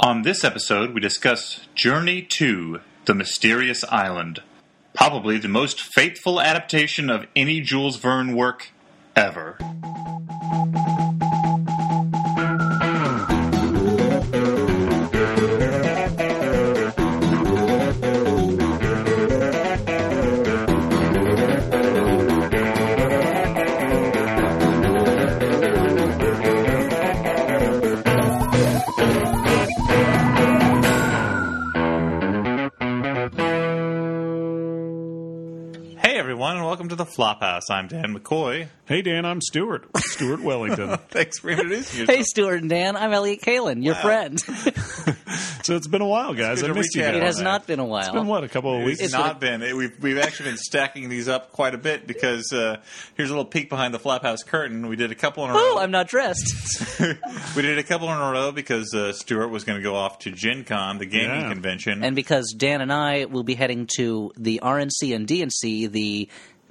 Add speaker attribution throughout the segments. Speaker 1: On this episode, we discuss Journey to the Mysterious Island, probably the most faithful adaptation of any Jules Verne work ever. Hey everyone, and welcome to the Flophouse. I'm Dan McCoy.
Speaker 2: Hey Dan, I'm Stuart. Stuart Wellington.
Speaker 1: Thanks for introducing yourself.
Speaker 3: Hey, Stuart and Dan. I'm Elliot Kalin, your friend.
Speaker 2: so it's been a while, guys.
Speaker 1: good
Speaker 2: I
Speaker 1: to
Speaker 2: missed you
Speaker 1: recap
Speaker 2: guys.
Speaker 3: it has
Speaker 1: man.
Speaker 3: not been a while.
Speaker 2: It's been what a couple of weeks.
Speaker 1: It's
Speaker 3: It's
Speaker 1: not been. It- We've, we've actually been stacking these up quite a bit because uh, here's a little peek behind the Flophouse curtain. We did a couple in a
Speaker 3: Oh,
Speaker 1: row.
Speaker 3: I'm not dressed.
Speaker 1: we did a couple in a row because uh, Stuart was going to go off to Gen Con, the gaming
Speaker 2: Yeah.
Speaker 1: convention.
Speaker 3: and because Dan and I will be heading to the RNC and DNC, the,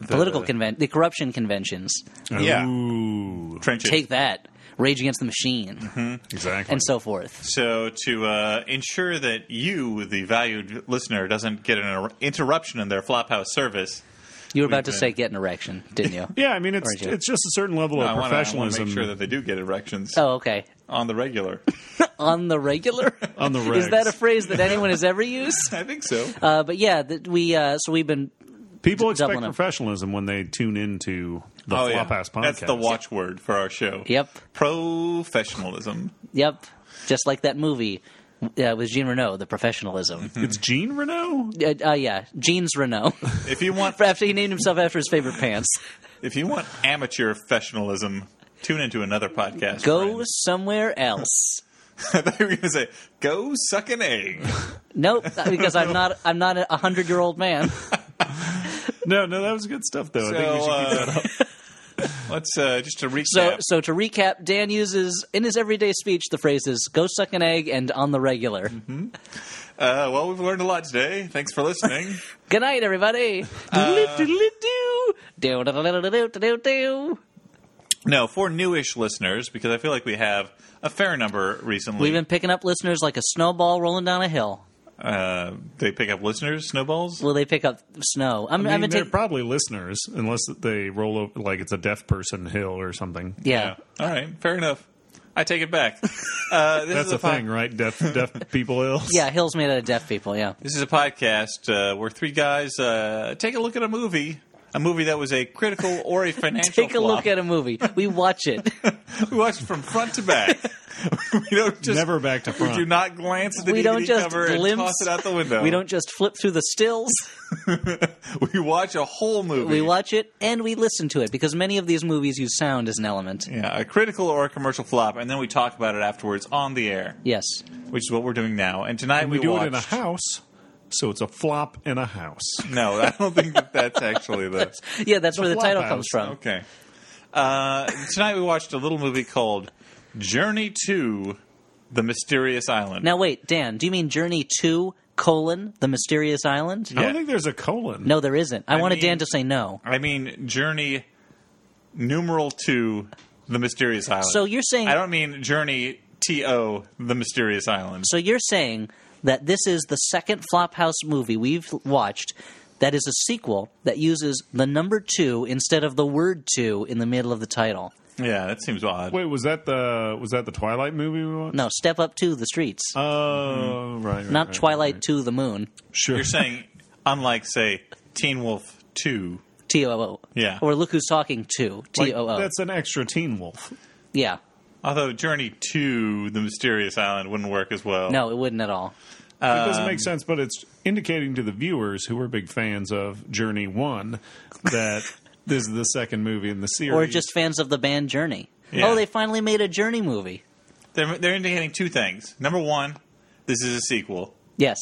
Speaker 3: political convention, the corruption conventions.
Speaker 1: yeah.
Speaker 2: Ooh,
Speaker 1: trenches.
Speaker 3: Take that. Rage Against the Machine,
Speaker 2: Mm-hmm. exactly.
Speaker 3: and so forth.
Speaker 1: So, to uh, ensure that you, the valued listener, doesn't get an inter- interruption in their Flophouse service,
Speaker 3: You were about to say get an erection, didn't you?
Speaker 2: yeah, I mean it's
Speaker 3: Aren't you?
Speaker 2: it's just a certain level
Speaker 1: I
Speaker 2: of
Speaker 1: want to
Speaker 2: professionalism
Speaker 1: make sure that they do get erections
Speaker 3: Oh, okay.
Speaker 1: on the regular.
Speaker 3: On the regular?
Speaker 2: on the regs.
Speaker 3: Is that a phrase that anyone has ever used?
Speaker 1: I think so.
Speaker 3: Uh, but yeah, that we uh, so we've been
Speaker 2: People expect
Speaker 3: doubling up.
Speaker 2: professionalism when they tune into the
Speaker 1: Oh,
Speaker 2: Flophouse
Speaker 1: yeah.
Speaker 2: podcast.
Speaker 1: That's the watchword for our show.
Speaker 3: Yep.
Speaker 1: Professionalism.
Speaker 3: yep, just like that movie uh, with Jean Renault, the professionalism.
Speaker 2: It's Gene Renault.
Speaker 3: Uh, uh, yeah, jeans Renault.
Speaker 1: If you want,
Speaker 3: after he named himself after his favorite pants.
Speaker 1: if you want amateur professionalism, tune into another podcast.
Speaker 3: Go
Speaker 1: friend.
Speaker 3: somewhere else.
Speaker 1: I thought you were going to say, "Go suck an egg."
Speaker 3: Nope, because I'm not. I'm not a hundred year old man.
Speaker 2: No, no, that was good stuff though. I think we should keep
Speaker 1: uh,
Speaker 2: that.
Speaker 1: let's uh, just to recap.
Speaker 3: So, so to recap, Dan uses in his everyday speech the phrases "go suck an egg" and "on the regular."
Speaker 1: uh, well, we've learned a lot today. Thanks for listening.
Speaker 3: Good night, everybody. Doodle-doo-doo-doo. Doodle-doo-doo-doo-doo.
Speaker 1: no, for newish listeners, because I feel like we have a fair number recently.
Speaker 3: We've been picking up listeners like a snowball rolling down a hill.
Speaker 1: uh, they pick up listeners, snowballs.
Speaker 3: Will they pick up snow? I'm, I
Speaker 2: I mean,
Speaker 3: am
Speaker 2: they're
Speaker 3: taking.
Speaker 2: probably listeners, unless they roll over like it's a deaf person hill or something.
Speaker 3: yeah.
Speaker 1: All right. Fair enough. I take it back. Uh, this
Speaker 2: That's
Speaker 1: is
Speaker 2: the
Speaker 1: a po-
Speaker 2: thing, right? Deaf deaf people hills.
Speaker 3: yeah, hills made out of deaf people. Yeah,
Speaker 1: This is a podcast uh, where three guys uh, take a look at a movie, a movie that was a critical or a financial.
Speaker 3: take a
Speaker 1: flop.
Speaker 3: look at a movie. We watch it.
Speaker 1: We watch it from front to back. we don't just
Speaker 2: Never back to
Speaker 1: We
Speaker 2: front.
Speaker 1: do not glance at the
Speaker 3: we
Speaker 1: DVD
Speaker 3: don't just
Speaker 1: cover and
Speaker 3: glimpse
Speaker 1: toss it out the window.
Speaker 3: We don't just flip through the stills.
Speaker 1: We watch a whole movie.
Speaker 3: we watch it and we listen to it because many of these movies use sound as an element.
Speaker 1: Yeah, a critical or a commercial flop, and then we talk about it afterwards on the air,
Speaker 3: Yes.
Speaker 1: which is what we're doing now. And tonight
Speaker 2: We do it in a
Speaker 1: watched-
Speaker 2: house, so it's a flop in a house.
Speaker 1: No, I don't think that that's actually the.
Speaker 3: Yeah, that's where the
Speaker 2: Flop
Speaker 3: title
Speaker 2: House.
Speaker 3: comes from.
Speaker 1: Okay. Uh, tonight we watched a little movie called Journey to the Mysterious Island.
Speaker 3: Now wait, Dan, do you mean Journey to colon the mysterious island?
Speaker 2: I
Speaker 1: Yeah.
Speaker 2: don't think there's a colon.
Speaker 3: No, there isn't. I, wanted
Speaker 1: mean-
Speaker 3: Dan to say no.
Speaker 1: I mean Journey numeral to the Mysterious Island.
Speaker 3: So you're saying
Speaker 1: I don't mean Journey T O the Mysterious Island.
Speaker 3: so you're saying that this is the second Flophouse movie we've watched that is a sequel that uses the number two instead of the word two in the middle of the title.
Speaker 1: Yeah, that seems odd.
Speaker 2: Wait, was that the was that the Twilight movie we watched?
Speaker 3: No, step up to the streets.
Speaker 2: Oh, right, right,
Speaker 3: Not
Speaker 2: right,
Speaker 3: Twilight
Speaker 2: right.
Speaker 3: to the moon.
Speaker 2: Sure.
Speaker 1: Mm-hmm. You're saying unlike say Teen Wolf Two.
Speaker 3: T O O.
Speaker 1: Yeah.
Speaker 3: Or look who's talking to.
Speaker 2: Like,
Speaker 3: T O O.
Speaker 2: That's an extra Teen Wolf.
Speaker 3: Yeah.
Speaker 1: Although Journey to the Mysterious Island wouldn't work as well.
Speaker 3: No, it wouldn't at all.
Speaker 2: it doesn't
Speaker 1: Um,
Speaker 2: make sense, but it's indicating to the viewers who are big fans of Journey One that this is the second movie in the series.
Speaker 3: Or just fans of the band Journey.
Speaker 1: Yeah.
Speaker 3: Oh, they finally made a Journey movie.
Speaker 1: They're, they're indicating two things. Number one, this is a sequel.
Speaker 3: Yes,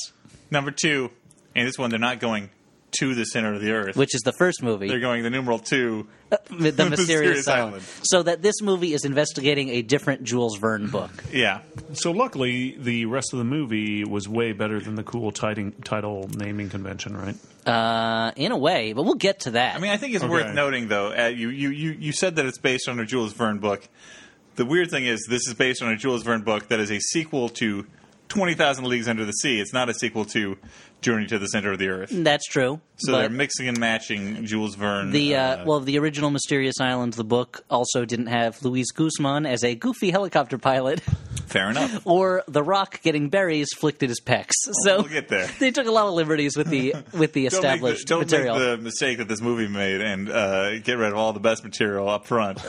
Speaker 1: Number two, and this one, they're not going to the center of the earth.
Speaker 3: which is the first movie, Uh,
Speaker 1: they're going the numeral two.
Speaker 3: The,
Speaker 1: Mysterious
Speaker 3: Mysterious Island.
Speaker 1: Island.
Speaker 3: So that this movie is investigating a different Jules Verne book.
Speaker 1: Yeah.
Speaker 2: so luckily, the rest of the movie was way better than the cool titing, title naming convention, right?
Speaker 3: Uh, in a way, but we'll get to that.
Speaker 1: I mean, I think it's
Speaker 2: Okay.
Speaker 1: worth noting, though. Uh, you, you, you, you said that it's based on a Jules Verne book. The weird thing is, this is based on a Jules Verne book that is a sequel to Twenty Thousand Leagues Under the Sea. It's not a sequel to Journey to the Center of the Earth.
Speaker 3: That's true.
Speaker 1: So
Speaker 3: but
Speaker 1: they're mixing and matching Jules Verne.
Speaker 3: the uh, well, the original Mysterious Island, the book, also didn't have Luis Guzman as a goofy helicopter pilot,
Speaker 1: fair enough.
Speaker 3: or The Rock getting berries flicked at his pecs. So
Speaker 1: Oh, We'll get there.
Speaker 3: they took a lot of liberties with the with the
Speaker 1: Don't, make the,
Speaker 3: established
Speaker 1: don't make
Speaker 3: material.
Speaker 1: the mistake that this movie made and uh, get rid of all the best material up front.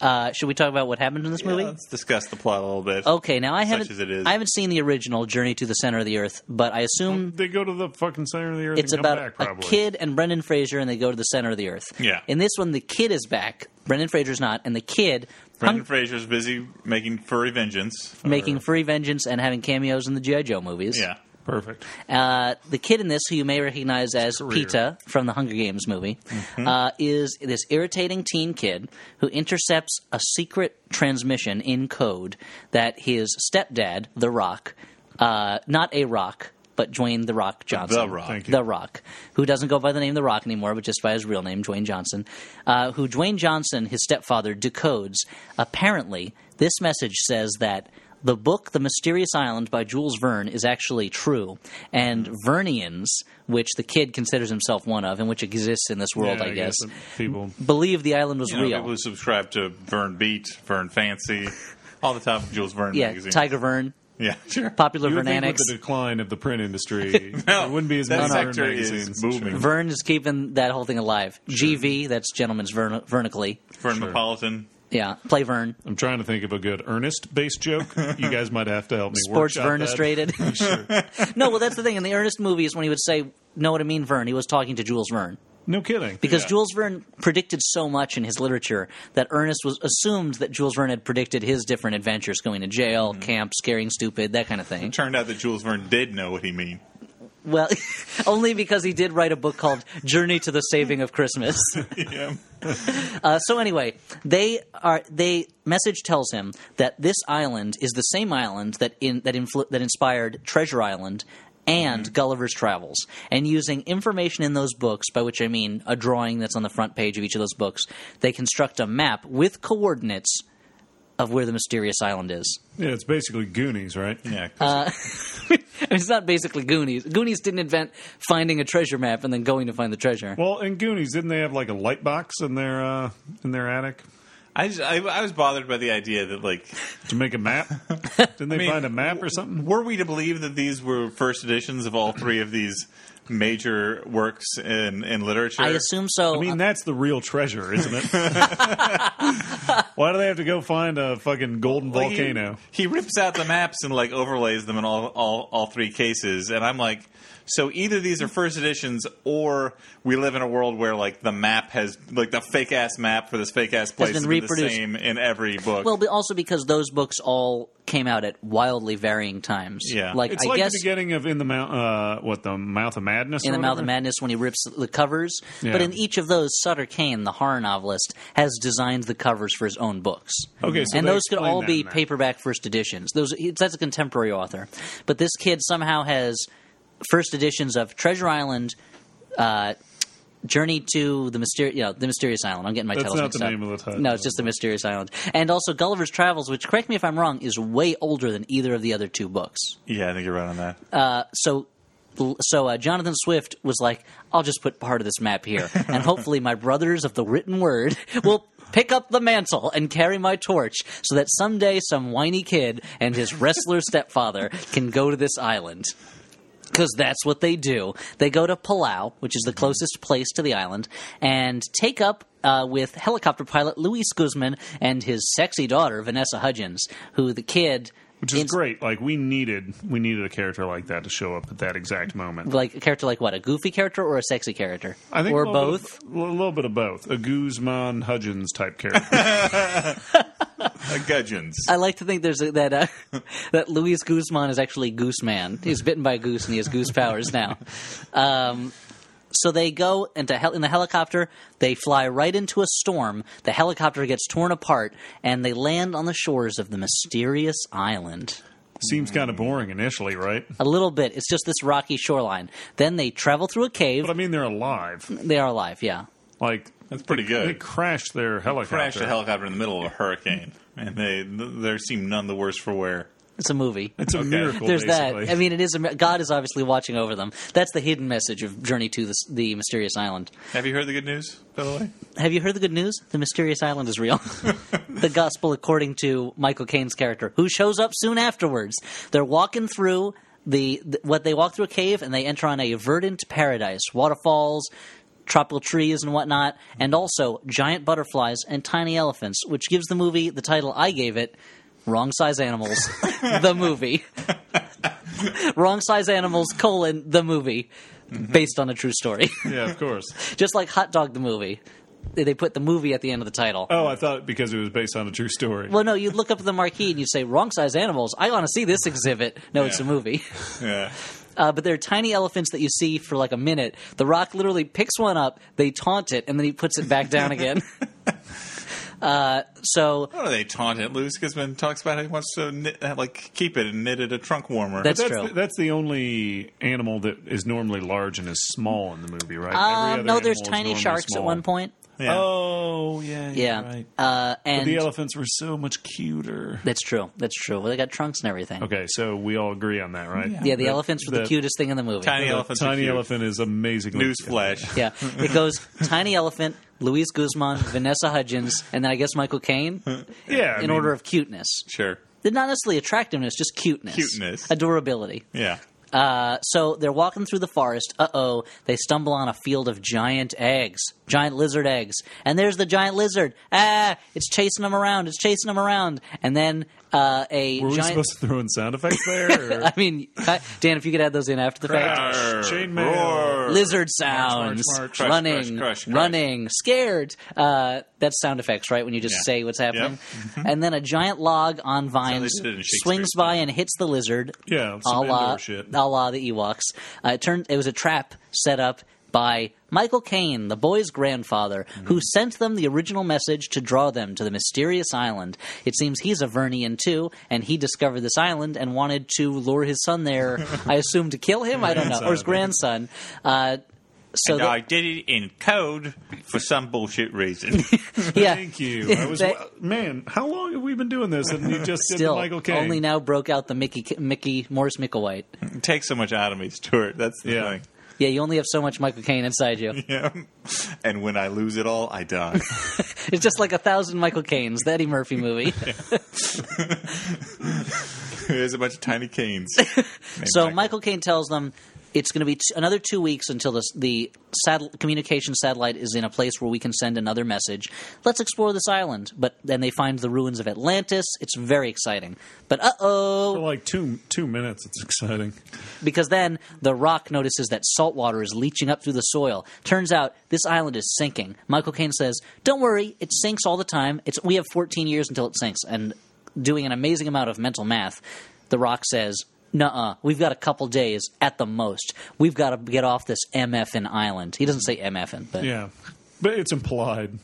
Speaker 3: uh, should we talk about what happened in this movie?
Speaker 1: Yeah, let's discuss the plot a little bit.
Speaker 3: Okay, now I
Speaker 1: Such
Speaker 3: haven't
Speaker 1: as it is.
Speaker 3: I haven't seen the original Journey to the Center of the Earth, but I
Speaker 1: Mm-hmm.
Speaker 3: assume
Speaker 2: They go to the fucking center of the earth.
Speaker 3: Mm-hmm. it's
Speaker 2: and come
Speaker 3: about
Speaker 2: back,
Speaker 3: a
Speaker 2: probably.
Speaker 3: kid and Brendan Fraser, and they go to the center of the earth.
Speaker 1: Yeah.
Speaker 3: In this one, the kid is back. Brendan Fraser's not, and the kid
Speaker 1: Brendan
Speaker 3: hung-
Speaker 1: Fraser's busy making furry vengeance.
Speaker 3: making free vengeance and having cameos in the GI Joe movies.
Speaker 1: Yeah.
Speaker 2: Perfect.
Speaker 3: Uh, the kid in this, who you may recognize as
Speaker 2: career.
Speaker 3: Pita from the Hunger Games movie, uh, is this irritating teen kid who intercepts a secret transmission in code that his stepdad, The Rock, uh, not a Rock, but Dwayne The Rock Johnson.
Speaker 1: Rock. Thank
Speaker 2: you.
Speaker 3: The Rock, who doesn't go by the name The Rock anymore, but just by his real name, Dwayne Johnson, uh, who Dwayne Johnson, his stepfather, decodes. Apparently, this message says that the book The Mysterious Island by Jules Verne is actually true, and
Speaker 2: Hmm.
Speaker 3: Vernians, which the kid considers himself one of, and which exists in this world,
Speaker 2: Yeah,
Speaker 3: I guess,
Speaker 2: that people.
Speaker 3: believe the island was
Speaker 1: You know,
Speaker 3: real.
Speaker 1: people who subscribe to Verne Beat, Verne Fancy, all the top Jules Verne
Speaker 3: yeah,
Speaker 1: magazines.
Speaker 3: Tiger Verne,
Speaker 1: Yeah, sure.
Speaker 3: popular
Speaker 2: You would think with
Speaker 3: Vernanics.
Speaker 2: the decline of the print industry, there wouldn't be as
Speaker 1: that
Speaker 2: many modern
Speaker 1: sector is
Speaker 2: magazines.
Speaker 1: booming.
Speaker 2: Sure.
Speaker 3: Verne is keeping that whole thing alive. GV, that's Gentleman's Vern- Vernically.
Speaker 1: Verne
Speaker 2: Sure.
Speaker 1: Napolitan.
Speaker 3: Yeah, play Verne.
Speaker 2: I'm trying to think of a good Ernest-based joke. You guys might have to help me.
Speaker 3: sports
Speaker 2: workshop that.
Speaker 3: vernistrated. no, well, that's the thing. In the Ernest movies, when he would say, "Know what I mean, Vern?" He was talking to Jules Verne
Speaker 2: No kidding.
Speaker 3: because
Speaker 1: Yeah.
Speaker 3: Jules Verne predicted so much in his literature that Ernest was assumed that Jules Verne had predicted his different adventures, going to jail, camp, scaring stupid, that kind of thing.
Speaker 1: Turned out that Jules Verne did know what he mean.
Speaker 3: Well, only because he did write a book called Journey to the Saving of Christmas.
Speaker 1: Yeah.
Speaker 3: Uh, so anyway, they are they message tells him that this island is the same island that in that influ- that inspired Treasure Island and
Speaker 2: Mm-hmm.
Speaker 3: Gulliver's Travels, and using information in those books, by which I mean a drawing that's on the front page of each of those books, they construct a map with coordinates of where the mysterious island is.
Speaker 2: yeah, it's basically Goonies, right?
Speaker 1: Yeah.
Speaker 3: uh, I mean, it's not basically Goonies. Goonies didn't invent finding a treasure map and then going to find the treasure.
Speaker 2: Well, in Goonies, didn't they have like a light box in their uh, in their attic
Speaker 1: I, just, I I was bothered by the idea that like
Speaker 2: to make a map? Didn't they
Speaker 1: mean,
Speaker 2: find a map or something?
Speaker 1: were we to believe that these were first editions of all three of these major works in in literature?
Speaker 3: I assume so.
Speaker 2: I mean, that's the real treasure, isn't it? Why do they have to go find a fucking golden
Speaker 1: Like, he-
Speaker 2: volcano?
Speaker 1: He, rips out the maps and like overlays them in all, all all three cases, and I'm like, so either these are first editions, or we live in a world where like the map has like the fake ass map for this fake ass place
Speaker 3: been
Speaker 1: has been the
Speaker 3: reproduced.
Speaker 1: same in every book.
Speaker 3: Well, but also because those books all came out at wildly varying times.
Speaker 1: Yeah.
Speaker 3: like
Speaker 2: It's
Speaker 3: I
Speaker 2: like
Speaker 3: guess
Speaker 2: the beginning of in the mouth, uh, what the mouth of madness.
Speaker 3: in
Speaker 2: or
Speaker 3: the Mouth
Speaker 2: whatever?
Speaker 3: of Madness when he rips the covers.
Speaker 2: Yeah.
Speaker 3: But in each of those, Sutter Kane, the horror novelist, has designed the covers for his own books.
Speaker 2: Okay, so
Speaker 3: and
Speaker 2: they
Speaker 3: those could
Speaker 2: explain
Speaker 3: all
Speaker 2: that
Speaker 3: be
Speaker 2: in there.
Speaker 3: paperback first editions. Those he- that's a contemporary author, but this kid somehow has first editions of Treasure Island. Uh, Journey to the mysterious, you know, the mysterious island. I'm getting my
Speaker 2: That's
Speaker 3: titles
Speaker 2: not
Speaker 3: mixed
Speaker 2: the
Speaker 3: up.
Speaker 2: name of the title.
Speaker 3: No, it's just the mysterious island, and also Gulliver's Travels, which, correct me if I'm wrong, is way older than either of the other two books
Speaker 1: yeah, I think you're right on that.
Speaker 3: uh, so so uh, Jonathan Swift was like, "I'll just put part of this map here, and hopefully my brothers of the written word will pick up the mantle and carry my torch, so that someday some whiny kid and his wrestler stepfather can go to this island." Because that's what they do. They go to Palau, which is the closest place to the island, and take up uh, with helicopter pilot Luis Guzman and his sexy daughter Vanessa Hudgens, who the kid
Speaker 2: which is great. Like we needed, we needed a character like that to show up at that exact moment.
Speaker 3: like a character like what a goofy character or a sexy character
Speaker 2: I think
Speaker 3: or
Speaker 2: a little bit
Speaker 3: both
Speaker 2: of- A little bit of both. A Guzman Hudgens type character.
Speaker 1: Uh, Gudgeons.
Speaker 3: i like to think there's a, that uh, that luis guzman is actually goose man he's bitten by a goose and he has goose powers now um, so they go into hel- in the helicopter they fly right into a storm the helicopter gets torn apart and they land on the shores of the mysterious island
Speaker 2: Seems kind of boring initially, right?
Speaker 3: a little bit it's just this rocky shoreline then they travel through a cave
Speaker 2: But I mean, they're alive.
Speaker 3: they are alive yeah
Speaker 2: Like that's
Speaker 1: pretty good.
Speaker 2: They crashed their helicopter.
Speaker 1: Crashed a helicopter in the middle of a hurricane, and they they seem none the worse for wear.
Speaker 3: It's a movie.
Speaker 2: It's a miracle.
Speaker 3: There's
Speaker 2: basically.
Speaker 3: that. I mean, it is. a mi- God is obviously watching over them. That's the hidden message of Journey to the, S- the Mysterious Island.
Speaker 1: Have you heard the good news, by the way?
Speaker 3: Have you heard the good news? The Mysterious Island is real. the gospel, according to Michael Caine's character, who shows up soon afterwards. They're walking through the, th- what they walk through a cave and they enter on a verdant paradise, waterfalls, tropical trees and whatnot, and also giant butterflies and tiny elephants, which gives the movie the title I gave it. Wrong size animals, the movie. Wrong size animals, colon, the movie, based on a true story.
Speaker 2: yeah, of course.
Speaker 3: Just like Hot Dog the movie, they they put the movie at the end of the title.
Speaker 2: Oh, I thought because it was based on a true story.
Speaker 3: Well, no, you look up the marquee and you say "Wrong Size Animals." I want to see this exhibit. No, it's a
Speaker 1: Yeah.
Speaker 3: movie.
Speaker 1: Yeah.
Speaker 3: Uh, but there are tiny elephants that you see for like a minute. The Rock literally picks one up, they taunt it, and then he puts it back down again. uh, so
Speaker 1: Why do they taunt it? Louis Gisman talks about how he wants to knit, like keep it and knit it a trunk warmer.
Speaker 3: That's-
Speaker 2: that's
Speaker 3: true.
Speaker 2: The, that's the only animal that is normally large and is small in the movie, right? Every
Speaker 3: um,
Speaker 2: other
Speaker 3: no, there's
Speaker 2: animal is
Speaker 3: tiny
Speaker 2: normally
Speaker 3: sharks at
Speaker 2: small.
Speaker 3: one point.
Speaker 1: yeah.
Speaker 2: Oh, yeah, you're
Speaker 3: Yeah,
Speaker 2: right.
Speaker 3: uh, and
Speaker 2: the elephants were so much cuter.
Speaker 3: that's true. That's true. Well, they got trunks and everything.
Speaker 2: Okay, so we all agree on that, right?
Speaker 3: Yeah, the elephants were the, cutest thing in the movie.
Speaker 1: tiny
Speaker 2: The
Speaker 1: elephants.
Speaker 2: tiny
Speaker 1: are
Speaker 2: elephant is amazingly
Speaker 1: Cute. Newsflash.
Speaker 3: Yeah, it goes tiny elephant, Luis Guzman, Vanessa Hudgens, and then I guess Michael Caine
Speaker 2: Yeah, I
Speaker 3: in
Speaker 2: mean,
Speaker 3: order of cuteness.
Speaker 1: Sure.
Speaker 3: They're Not necessarily attractiveness, just cuteness,
Speaker 1: Cuteness.
Speaker 3: adorability.
Speaker 1: Yeah.
Speaker 3: Uh, so they're walking through the forest. Uh oh, they stumble on a field of giant eggs, giant lizard eggs, and there's the giant lizard. Ah, it's chasing them around. It's chasing them around, and then uh, a
Speaker 2: Were we
Speaker 3: giant.
Speaker 2: supposed to throw in sound effects there? Or
Speaker 3: I mean, Dan, if you could add those in after the fact.
Speaker 2: Chainmail.
Speaker 1: Roar.
Speaker 3: lizard sounds,
Speaker 2: march, march.
Speaker 1: Crush,
Speaker 3: running,
Speaker 1: crush, crush, crush.
Speaker 3: running, scared. Uh, that's sound effects, right? When you just
Speaker 1: Yeah. Mm-hmm.
Speaker 3: say what's happening, and then a giant log on vines
Speaker 1: did it in Shakespeare's
Speaker 3: swings by and hits the lizard.
Speaker 2: yeah,
Speaker 3: a
Speaker 2: some
Speaker 3: la,
Speaker 2: indoor shit.
Speaker 3: a la the Ewoks. Uh, it turned it was a trap set up by Michael Caine, the boy's grandfather, who
Speaker 2: Mm-hmm.
Speaker 3: sent them the original message to draw them to the mysterious island. It seems he's a Vernian too, and he discovered this island and wanted to lure his son there. I assume to kill him. I don't know, or his grandson. Uh, so
Speaker 1: And
Speaker 3: the-
Speaker 1: I did it in code for some bullshit reason.
Speaker 3: yeah,
Speaker 2: Thank you. I was
Speaker 3: They-
Speaker 2: man. How long have we been doing this? And you just did the
Speaker 3: still
Speaker 2: Michael Caine.
Speaker 3: only now broke out the Mickey Mickey Morris Micklewhite.
Speaker 1: it takes so much out of me, Stuart. That's the
Speaker 2: Yeah.
Speaker 1: thing.
Speaker 3: Yeah, you only have so much Michael Caine inside you.
Speaker 1: Yeah. And when I lose it all, I die.
Speaker 3: It's just like a thousand Michael Caines, the Eddie Murphy movie.
Speaker 1: There's a bunch of tiny canes. Named
Speaker 3: So
Speaker 1: Michael.
Speaker 3: Michael Caine tells them it's going to be t- another two weeks until this, the satel- communication satellite is in a place where we can send another message. Let's explore this island. But then they find the ruins of Atlantis. It's very exciting. But uh
Speaker 2: for
Speaker 3: oh,
Speaker 2: like two two minutes. It's exciting.
Speaker 3: because then the rock notices that salt water is leaching up through the soil. Turns out this island is sinking. Michael Caine says, "Don't worry, it sinks all the time. It's we have 14 years until it sinks." And doing an amazing amount of mental math, the rock says, "Nuh-uh, we've got a couple days at the most. We've got to get off this MFN island." He doesn't say MFN, but yeah,
Speaker 2: Yeah, but it's implied.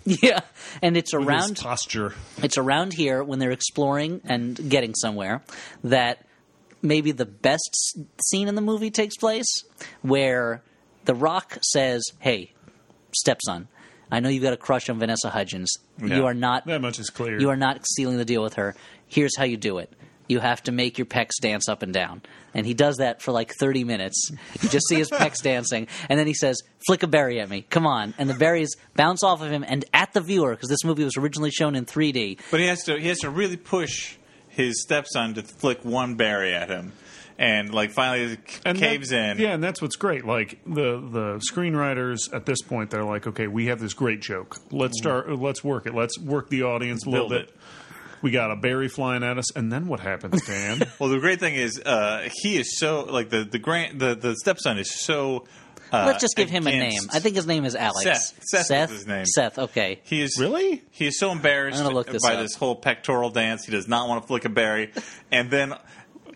Speaker 3: and it's
Speaker 2: Round
Speaker 3: around
Speaker 2: posture.
Speaker 3: it's around here when they're exploring and getting somewhere that maybe the best s- scene in the movie takes place where the rock says hey stepson i know you've got a crush on vanessa hudgens
Speaker 1: Yeah.
Speaker 3: you are not
Speaker 2: That much is clear.
Speaker 3: you are not sealing the deal with her here's how you do it you have to make your pecs dance up and down and he does that for like 30 minutes you just see his pecs dancing and then he says flick a berry at me come on and the berries bounce off of him and at the viewer because this movie was originally shown in 3d
Speaker 1: But he has to he has to really push his stepson to flick one berry at him, and like finally he c-
Speaker 2: And
Speaker 1: caves
Speaker 2: that-
Speaker 1: in.
Speaker 2: Yeah, and that's what's great. Like the the screenwriters at this point, they're like, okay, we have this great joke. Let's start. Let's work it. Let's work the audience a little
Speaker 1: Mm-hmm. Build
Speaker 2: bit. We got a berry flying at us, and then what happens, Dan?
Speaker 1: Well, the great thing is uh, he is so like the the grand the, the stepson is so. Uh,
Speaker 3: Let's just give him a name.
Speaker 1: against-
Speaker 3: I think his name is Alex.
Speaker 1: Seth. Seth is
Speaker 3: Seth.
Speaker 1: his name.
Speaker 3: Seth, Okay.
Speaker 1: He is
Speaker 2: Really?
Speaker 1: He is so embarrassed
Speaker 3: I'm gonna look this
Speaker 1: by
Speaker 3: up.
Speaker 1: this whole pectoral dance. He does not want to flick a berry, and then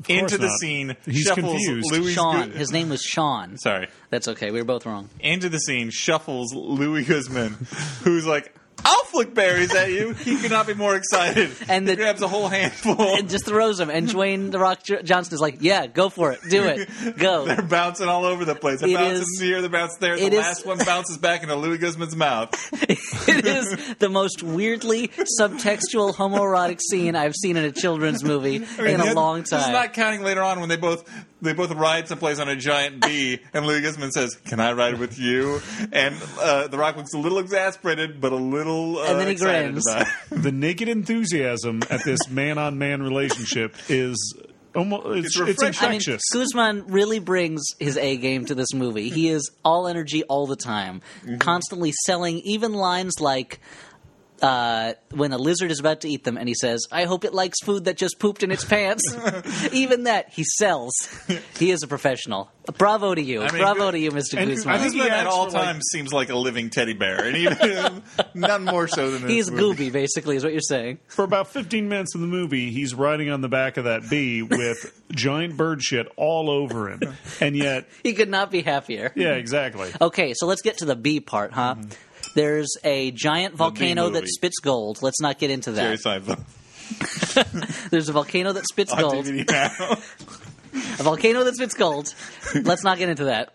Speaker 1: into the
Speaker 2: not.
Speaker 1: scene
Speaker 2: He's
Speaker 1: shuffles
Speaker 2: confused.
Speaker 1: Louis.
Speaker 3: Sean.
Speaker 1: Gu-
Speaker 3: His name was Sean.
Speaker 1: Sorry,
Speaker 3: That's okay. We were both wrong.
Speaker 1: into the scene shuffles Louis Guzman, who's like, I'll flick berries at you. He could not be more excited.
Speaker 3: And
Speaker 1: he
Speaker 3: the-
Speaker 1: grabs a whole handful.
Speaker 3: and just throws him. And Dwayne the Rock Jo- Johnson is like, "Yeah, go for it, do it, go."
Speaker 1: They're bouncing all over the place. They're
Speaker 3: It
Speaker 1: bouncing
Speaker 3: is-
Speaker 1: here, they're bouncing there.
Speaker 3: it
Speaker 1: The
Speaker 3: is-
Speaker 1: last one bounces back into Louis Guzman's mouth.
Speaker 3: it is the most weirdly subtextual homoerotic scene I've seen in a children's movie in a
Speaker 1: And
Speaker 3: long
Speaker 1: This is
Speaker 3: time.
Speaker 1: not counting later on when they both they both ride someplace on a giant bee, and Louis Guzman says, "Can I ride with you?" And uh, The Rock looks a little exasperated, but a little uh,
Speaker 3: And then he
Speaker 1: excited
Speaker 3: grins.
Speaker 1: about it.
Speaker 2: the naked enthusiasm at this man on man relationship is almost it's,
Speaker 1: It's
Speaker 2: it's,
Speaker 1: refreshing.
Speaker 3: I mean,
Speaker 2: infectious.
Speaker 3: Guzman really brings his A game to this movie. He is all energy all the time,
Speaker 1: Mm-hmm.
Speaker 3: constantly selling even lines like uh, when a lizard is about to eat them and he says, I hope it likes food that just pooped in its pants. even that, he sells. he is a professional. Bravo to you.
Speaker 1: I mean,
Speaker 3: Bravo
Speaker 1: good-
Speaker 3: to you, Mr.
Speaker 2: and
Speaker 3: Guzman.
Speaker 2: I think he
Speaker 1: Guzman at
Speaker 2: acts
Speaker 1: all
Speaker 2: for, like-
Speaker 1: times seems like a living teddy bear, and even none more so than this
Speaker 3: He's
Speaker 1: movie.
Speaker 3: Gooby, basically, is what you're saying.
Speaker 2: For about 15 minutes in the movie, he's riding on the back of that bee with giant bird shit all over him. And yet,
Speaker 3: He could not be happier.
Speaker 2: yeah, exactly.
Speaker 3: Okay, so let's get to the bee part, huh? There's a giant volcano that
Speaker 1: Mm-hmm. movie.
Speaker 3: spits gold. Let's not get into that.
Speaker 1: Jerry Seinfeld
Speaker 3: There's a volcano that spits
Speaker 1: on
Speaker 3: gold.
Speaker 1: DVD now.
Speaker 3: A volcano that spits gold. Let's not get into that.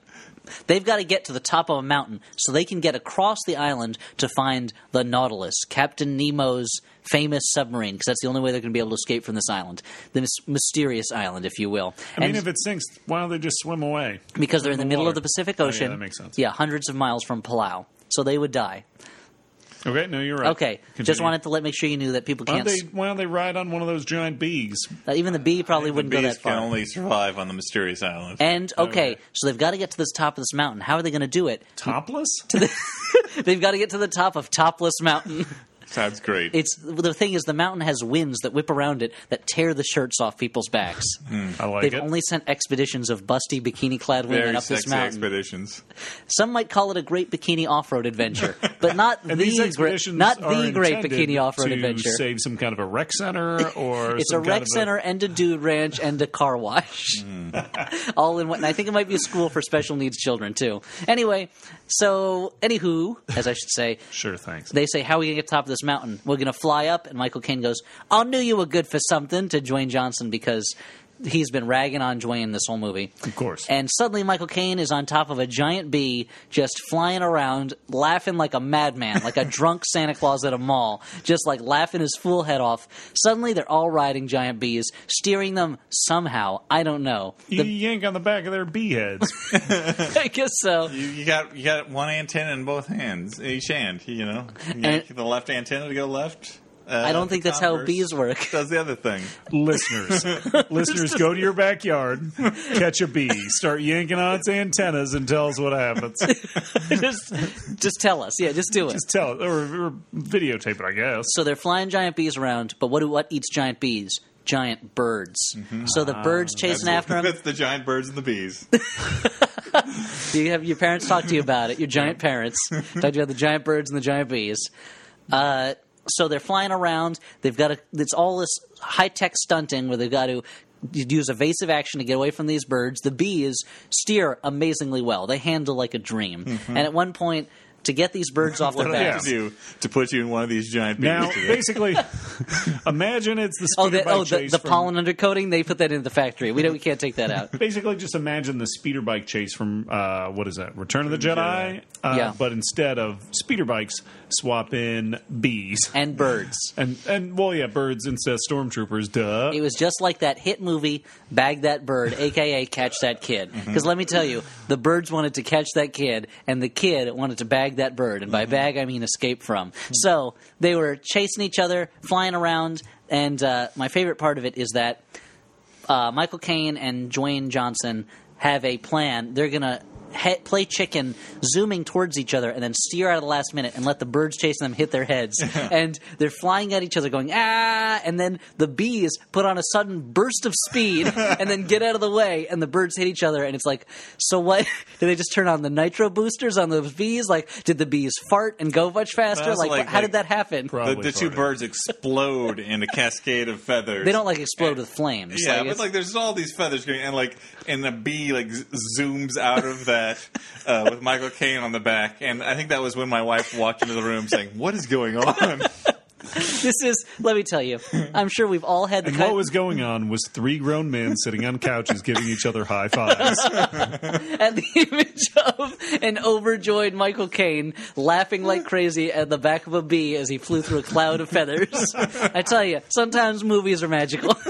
Speaker 3: They've got to get to the top of a mountain so they can get across the island to find the Nautilus, Captain Nemo's famous submarine, because that's the only way they're going to be able to escape from this island, the mys- mysterious island, if you will.
Speaker 2: I mean, if it sinks, why don't they just swim away?
Speaker 3: because they're in the middle of the Pacific Ocean,
Speaker 2: Oh, that makes sense.
Speaker 3: Yeah, hundreds of miles from Palau, so they would die.
Speaker 2: Okay, no, you're right.
Speaker 3: Okay, just
Speaker 2: Continue.
Speaker 3: wanted to let make sure you knew that people
Speaker 2: Why don't,
Speaker 3: can't.
Speaker 2: they,
Speaker 3: s-
Speaker 2: why don't they ride on one of those giant bees?
Speaker 3: uh, even the bee probably
Speaker 1: the
Speaker 3: wouldn't go
Speaker 1: bees
Speaker 3: that far.
Speaker 1: can only survive on the mysterious island.
Speaker 3: and okay, so they've got to get to this top of this mountain. How are they going to do it?
Speaker 2: Topless?
Speaker 3: They've got to get to the top of Topless Mountain.
Speaker 1: Sounds great.
Speaker 3: It's the thing is the mountain has winds that whip around it that tear the shirts off people's backs.
Speaker 1: Hmm.
Speaker 2: I like
Speaker 3: They've
Speaker 2: it.
Speaker 3: only sent expeditions of busty bikini-clad women
Speaker 1: Very
Speaker 3: up this
Speaker 1: sexy
Speaker 3: mountain.
Speaker 1: expeditions.
Speaker 3: Some might call it a great bikini off-road adventure, but not the
Speaker 2: and these
Speaker 3: great,
Speaker 2: expeditions
Speaker 3: not
Speaker 2: are
Speaker 3: the great
Speaker 2: intended
Speaker 3: bikini off-road
Speaker 2: to
Speaker 3: adventure.
Speaker 2: save some kind of a rec center or
Speaker 3: it's a
Speaker 2: some kind
Speaker 3: rec
Speaker 2: of
Speaker 3: center and a dude ranch and a car wash,
Speaker 1: Hmm.
Speaker 3: all in one. And I think it might be a school for special needs children too. Anyway, so anywho, as I should say,
Speaker 2: Sure, thanks.
Speaker 3: they say, "How are we gonna get to the top of this mountain? We're gonna fly up." And Michael Caine goes, "I knew you were good for something." To Dwayne Johnson because he's been ragging on Dwayne this whole movie.
Speaker 2: of course.
Speaker 3: And suddenly, Michael Caine is on top of a giant bee, just flying around, laughing like a madman, like a drunk Santa Claus at a mall, just like laughing his fool head off. Suddenly, they're all riding giant bees, steering them somehow. I don't know.
Speaker 2: you yank on the back of their bee heads.
Speaker 3: I guess so.
Speaker 1: You, you got you got one antenna in both hands, each hand. You know, you yank the left antenna to go left. Uh,
Speaker 3: I don't think
Speaker 1: the
Speaker 3: that's how
Speaker 1: converse
Speaker 3: bees work.
Speaker 1: Does the other thing?
Speaker 2: listeners, listeners, go to your backyard, catch a bee, start yanking on its antennas, and tell us what happens.
Speaker 3: just, just tell us. Yeah, just do it.
Speaker 2: Just tell or, or videotape it, I guess.
Speaker 3: So they're flying giant bees around, but what do what eats giant bees? Giant birds. So the birds chasing after them.
Speaker 1: Mm-hmm. Ah, That's the giant birds and the bees.
Speaker 3: You have your parents talk to you about it. Your giant parents talk to you about the giant birds and the giant bees. Uh, so they're flying around. They've got to. It's all this high tech stunting where they've got to use evasive action to get away from these birds. The bees steer amazingly well. They handle like a dream. And at one point, to get these birds off their
Speaker 1: Mm-hmm. What do they have
Speaker 3: backs.
Speaker 1: to do to put you in one of these giant bees?
Speaker 2: Now,
Speaker 1: today?
Speaker 2: basically, imagine it's the
Speaker 3: Oh,
Speaker 2: speeder
Speaker 3: the,
Speaker 2: bike
Speaker 3: oh the,
Speaker 2: chase
Speaker 3: the
Speaker 2: from-
Speaker 3: pollen undercoating, they put that into the factory. We, don't, we can't take that out.
Speaker 2: Basically, just imagine the speeder bike chase from uh, what is that? Return of the
Speaker 1: Return of
Speaker 2: Jedi. Uh,
Speaker 3: Yeah.
Speaker 2: But instead of speeder bikes, swap in bees
Speaker 3: And birds.
Speaker 2: and and well, yeah, birds instead of stormtroopers. Duh.
Speaker 3: It was just like that hit movie, Bag That Bird, aka Catch That Kid. Because let me tell you, the birds wanted to catch that kid, and the kid wanted to bag that bird. And by bag, I mean escape from. So they were chasing each other, flying around, and uh, my favorite part of it is that uh, Michael Caine and Dwayne Johnson have a plan. They're gonna. He- play chicken, zooming towards each other, and then steer out of the last minute and let the birds chasing them hit their heads. and they're flying at each other, going ah, ah, and then the bees put on a sudden burst of speed and then get out of the way, and the birds hit each other, and it's like, so what? Did they just turn on the nitro boosters on those bees? Like, did the bees fart and go much faster?
Speaker 1: That's
Speaker 3: Like,
Speaker 1: like-
Speaker 3: how did
Speaker 1: like-
Speaker 3: that happen?
Speaker 1: The,
Speaker 2: Probably
Speaker 1: the two
Speaker 2: farted.
Speaker 1: birds explode in a cascade of feathers.
Speaker 3: They don't like explode with flames.
Speaker 1: Yeah,
Speaker 3: it's-
Speaker 1: but like there's all these feathers going, and like and a bee like z- zooms out of that uh, with Michael Caine on the back, and I think that was when my wife walked into the room saying, "What is going on?"
Speaker 3: this is let me tell you i'm sure we've all had the
Speaker 2: And
Speaker 3: kind
Speaker 2: what was going on was three grown men sitting on couches giving each other high fives.
Speaker 3: at the image of an overjoyed michael caine laughing like crazy at the back of a bee as he flew through a cloud of feathers i tell you sometimes movies are magical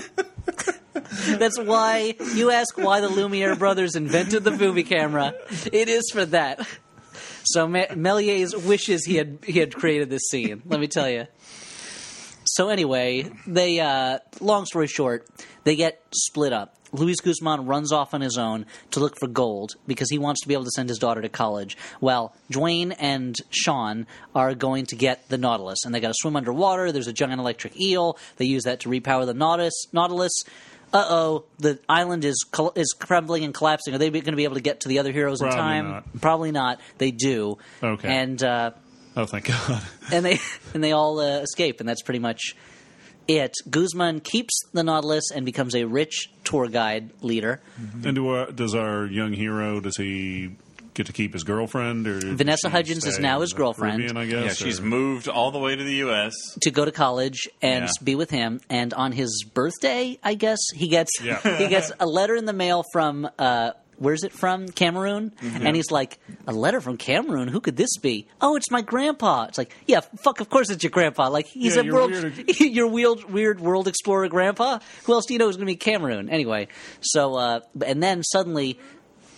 Speaker 3: That's why you ask why the Lumiere brothers invented the movie camera. It is for that. So Ma- Melies wishes he had he had created this scene. Let me tell you. So anyway, they uh, long story short, they get split up. Luis Guzman runs off on his own to look for gold because he wants to be able to send his daughter to college. While Dwayne and Sean are going to get the Nautilus, and they got to swim underwater. There's a giant electric eel. They use that to repower the Nautilus. Nautilus. Uh oh, the island is col- is crumbling and collapsing. Are they going to be able to get to the other heroes in
Speaker 2: Probably
Speaker 3: time?
Speaker 2: not.
Speaker 3: Probably not. They do.
Speaker 2: Okay.
Speaker 3: And uh,
Speaker 2: Oh, thank God.
Speaker 3: and they and they all uh, escape, and that's pretty much it. Guzman keeps the Nautilus and becomes a rich tour guide leader.
Speaker 2: And do our, does our young hero does he get to keep his girlfriend? Or does
Speaker 3: Vanessa
Speaker 2: she
Speaker 3: Hudgens is
Speaker 2: stay
Speaker 3: now
Speaker 2: in
Speaker 3: his
Speaker 2: the
Speaker 3: girlfriend.
Speaker 2: Caribbean, I guess.
Speaker 1: yeah, she's
Speaker 2: or-
Speaker 1: moved all the way to the U.S.
Speaker 3: to go to college and
Speaker 1: Yeah.
Speaker 3: be with him. And on his birthday, I guess he gets
Speaker 2: Yeah.
Speaker 3: he gets a letter in the mail from uh, where's it from Cameroon,
Speaker 2: Mm-hmm.
Speaker 3: and he's like, a letter from Cameroon. Who could this be? Oh, it's my grandpa. It's like, yeah, fuck, of course it's your grandpa. Like he's
Speaker 2: Yeah,
Speaker 3: a
Speaker 2: your
Speaker 3: world
Speaker 2: weird-
Speaker 3: your weird weird world explorer grandpa. Who else do you know is going to be Cameroon anyway? So uh, and then suddenly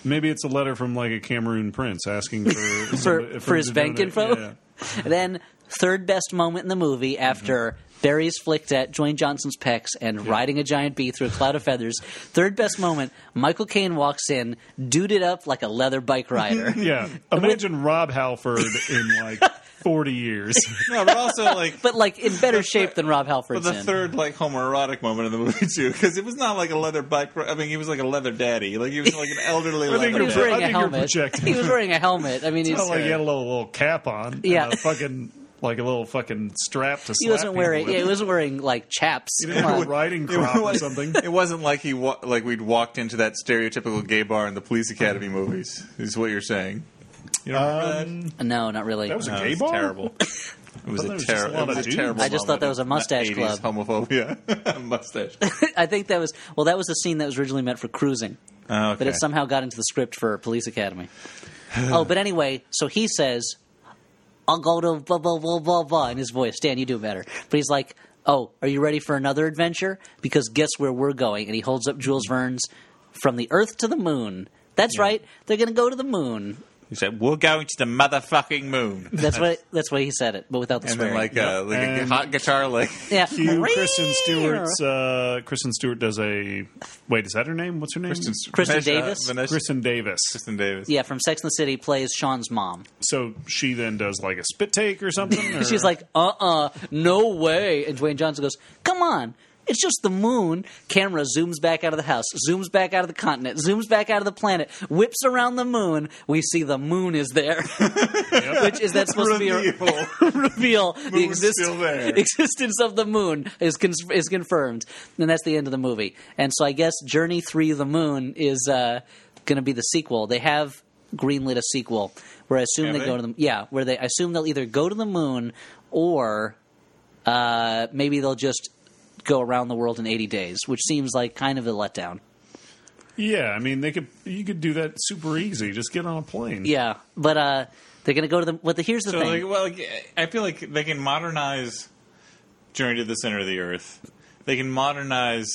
Speaker 2: Maybe it's a letter from like a Cameroon prince asking for
Speaker 3: for,
Speaker 2: somebody-
Speaker 3: for his
Speaker 2: to
Speaker 3: bank
Speaker 2: donate-
Speaker 3: info.
Speaker 2: yeah. Mm-hmm.
Speaker 3: then third best moment in the movie after Barry's flicked at Dwayne Johnson's pecs and riding a giant bee through a cloud of feathers. Third best moment, Michael Caine walks in, duded up like a leather bike rider.
Speaker 2: Yeah. Imagine Rob Halford in like 40 years.
Speaker 1: No, but also like.
Speaker 3: But like in better shape than Rob
Speaker 1: But
Speaker 3: Halford's
Speaker 1: the
Speaker 3: in.
Speaker 1: third like homoerotic moment in the movie too, because it was not like a leather bike. I mean, he was like a leather daddy. Like he was like an elderly
Speaker 2: think
Speaker 1: leather
Speaker 3: he was
Speaker 2: you're-
Speaker 1: daddy.
Speaker 3: wearing
Speaker 2: I
Speaker 3: a
Speaker 2: think you're
Speaker 3: helmet.
Speaker 2: projecting.
Speaker 3: He was wearing a helmet. I mean, he's,
Speaker 2: Not like he had a little, little cap on. and
Speaker 3: Yeah.
Speaker 2: a fucking, like a little fucking strap to slap
Speaker 3: he wasn't
Speaker 2: people
Speaker 3: wearing.
Speaker 2: with.
Speaker 3: Yeah, he wasn't wearing like chaps.
Speaker 2: He didn't
Speaker 3: Come
Speaker 2: have a
Speaker 3: on.
Speaker 2: riding
Speaker 1: It
Speaker 2: crop or
Speaker 1: was-
Speaker 2: something.
Speaker 1: It wasn't like he wa- like we'd walked into that stereotypical gay bar in the police
Speaker 3: Mm.
Speaker 1: academy movies. Is what you're saying? You don't remember that?
Speaker 2: Um,
Speaker 3: No, not really.
Speaker 2: that was a
Speaker 1: No,
Speaker 2: gay
Speaker 1: it's
Speaker 2: bar?
Speaker 1: Terrible. It was
Speaker 2: thought
Speaker 1: a,
Speaker 2: there was just
Speaker 1: ter-
Speaker 2: a lot
Speaker 1: it was
Speaker 2: of
Speaker 1: a
Speaker 2: dudes.
Speaker 1: terrible.
Speaker 3: I just thought that was a
Speaker 1: moment.
Speaker 3: mustache
Speaker 1: 80s Homophobia. mustache.
Speaker 3: I think that was well. That was the scene that was originally meant for cruising.
Speaker 1: Oh, okay.
Speaker 3: but it somehow got into the script for Police Academy. oh, but anyway, so he says, "I'll go to blah blah blah blah blah" in his voice. Dan, you do better. But he's like, "Oh, are you ready for another adventure? Because guess where we're going?" And he holds up Jules Verne's "From the Earth to the Moon." That's right. They're going to go to the moon.
Speaker 1: He said, "We're going to the motherfucking moon."
Speaker 3: That's what. That's why he said it, but without the
Speaker 1: And
Speaker 3: swearing.
Speaker 1: then like
Speaker 2: Yeah.
Speaker 1: uh, like a
Speaker 2: And-
Speaker 1: hot guitar lick.
Speaker 3: yeah,
Speaker 2: Cue Kristen Stewart's. Uh, Kristen Stewart does a. Wait, is that her name? What's her name?
Speaker 1: Kristen,
Speaker 3: Kristen
Speaker 1: Vanessa-
Speaker 3: Davis?
Speaker 1: Vanessa-
Speaker 2: Kristen Davis.
Speaker 1: Kristen Davis.
Speaker 3: Yeah, from Sex and the City plays Sean's mom.
Speaker 2: So she then does like a spit take or something. Or?
Speaker 3: She's like, uh uh no way. And Dwayne Johnson goes, come on. It's just the moon. Camera zooms back out of the house, zooms back out of the continent, zooms back out of the planet, whips around the moon. We see the moon is there. Which is that supposed to be
Speaker 1: Reveal.
Speaker 3: a reveal? the
Speaker 1: Moon's still there.
Speaker 3: existence of the moon is con- is confirmed, and that's the end of the movie. And so I guess Journey Three: The Moon is uh, going to be the sequel. They have greenlit a sequel where I assume
Speaker 1: Have
Speaker 3: they,
Speaker 1: they?
Speaker 3: go to the yeah, where they I assume they'll either go to the moon or uh, maybe they'll just go around the world in 80 days, which seems like kind of a letdown.
Speaker 2: yeah. I mean, they could you could do that super easy. Just get on a plane.
Speaker 3: Yeah, but uh, they're going to go to the. But the, here's the
Speaker 1: So
Speaker 3: thing.
Speaker 1: like, well, like, I feel like they can modernize Journey to the Center of the Earth. They can modernize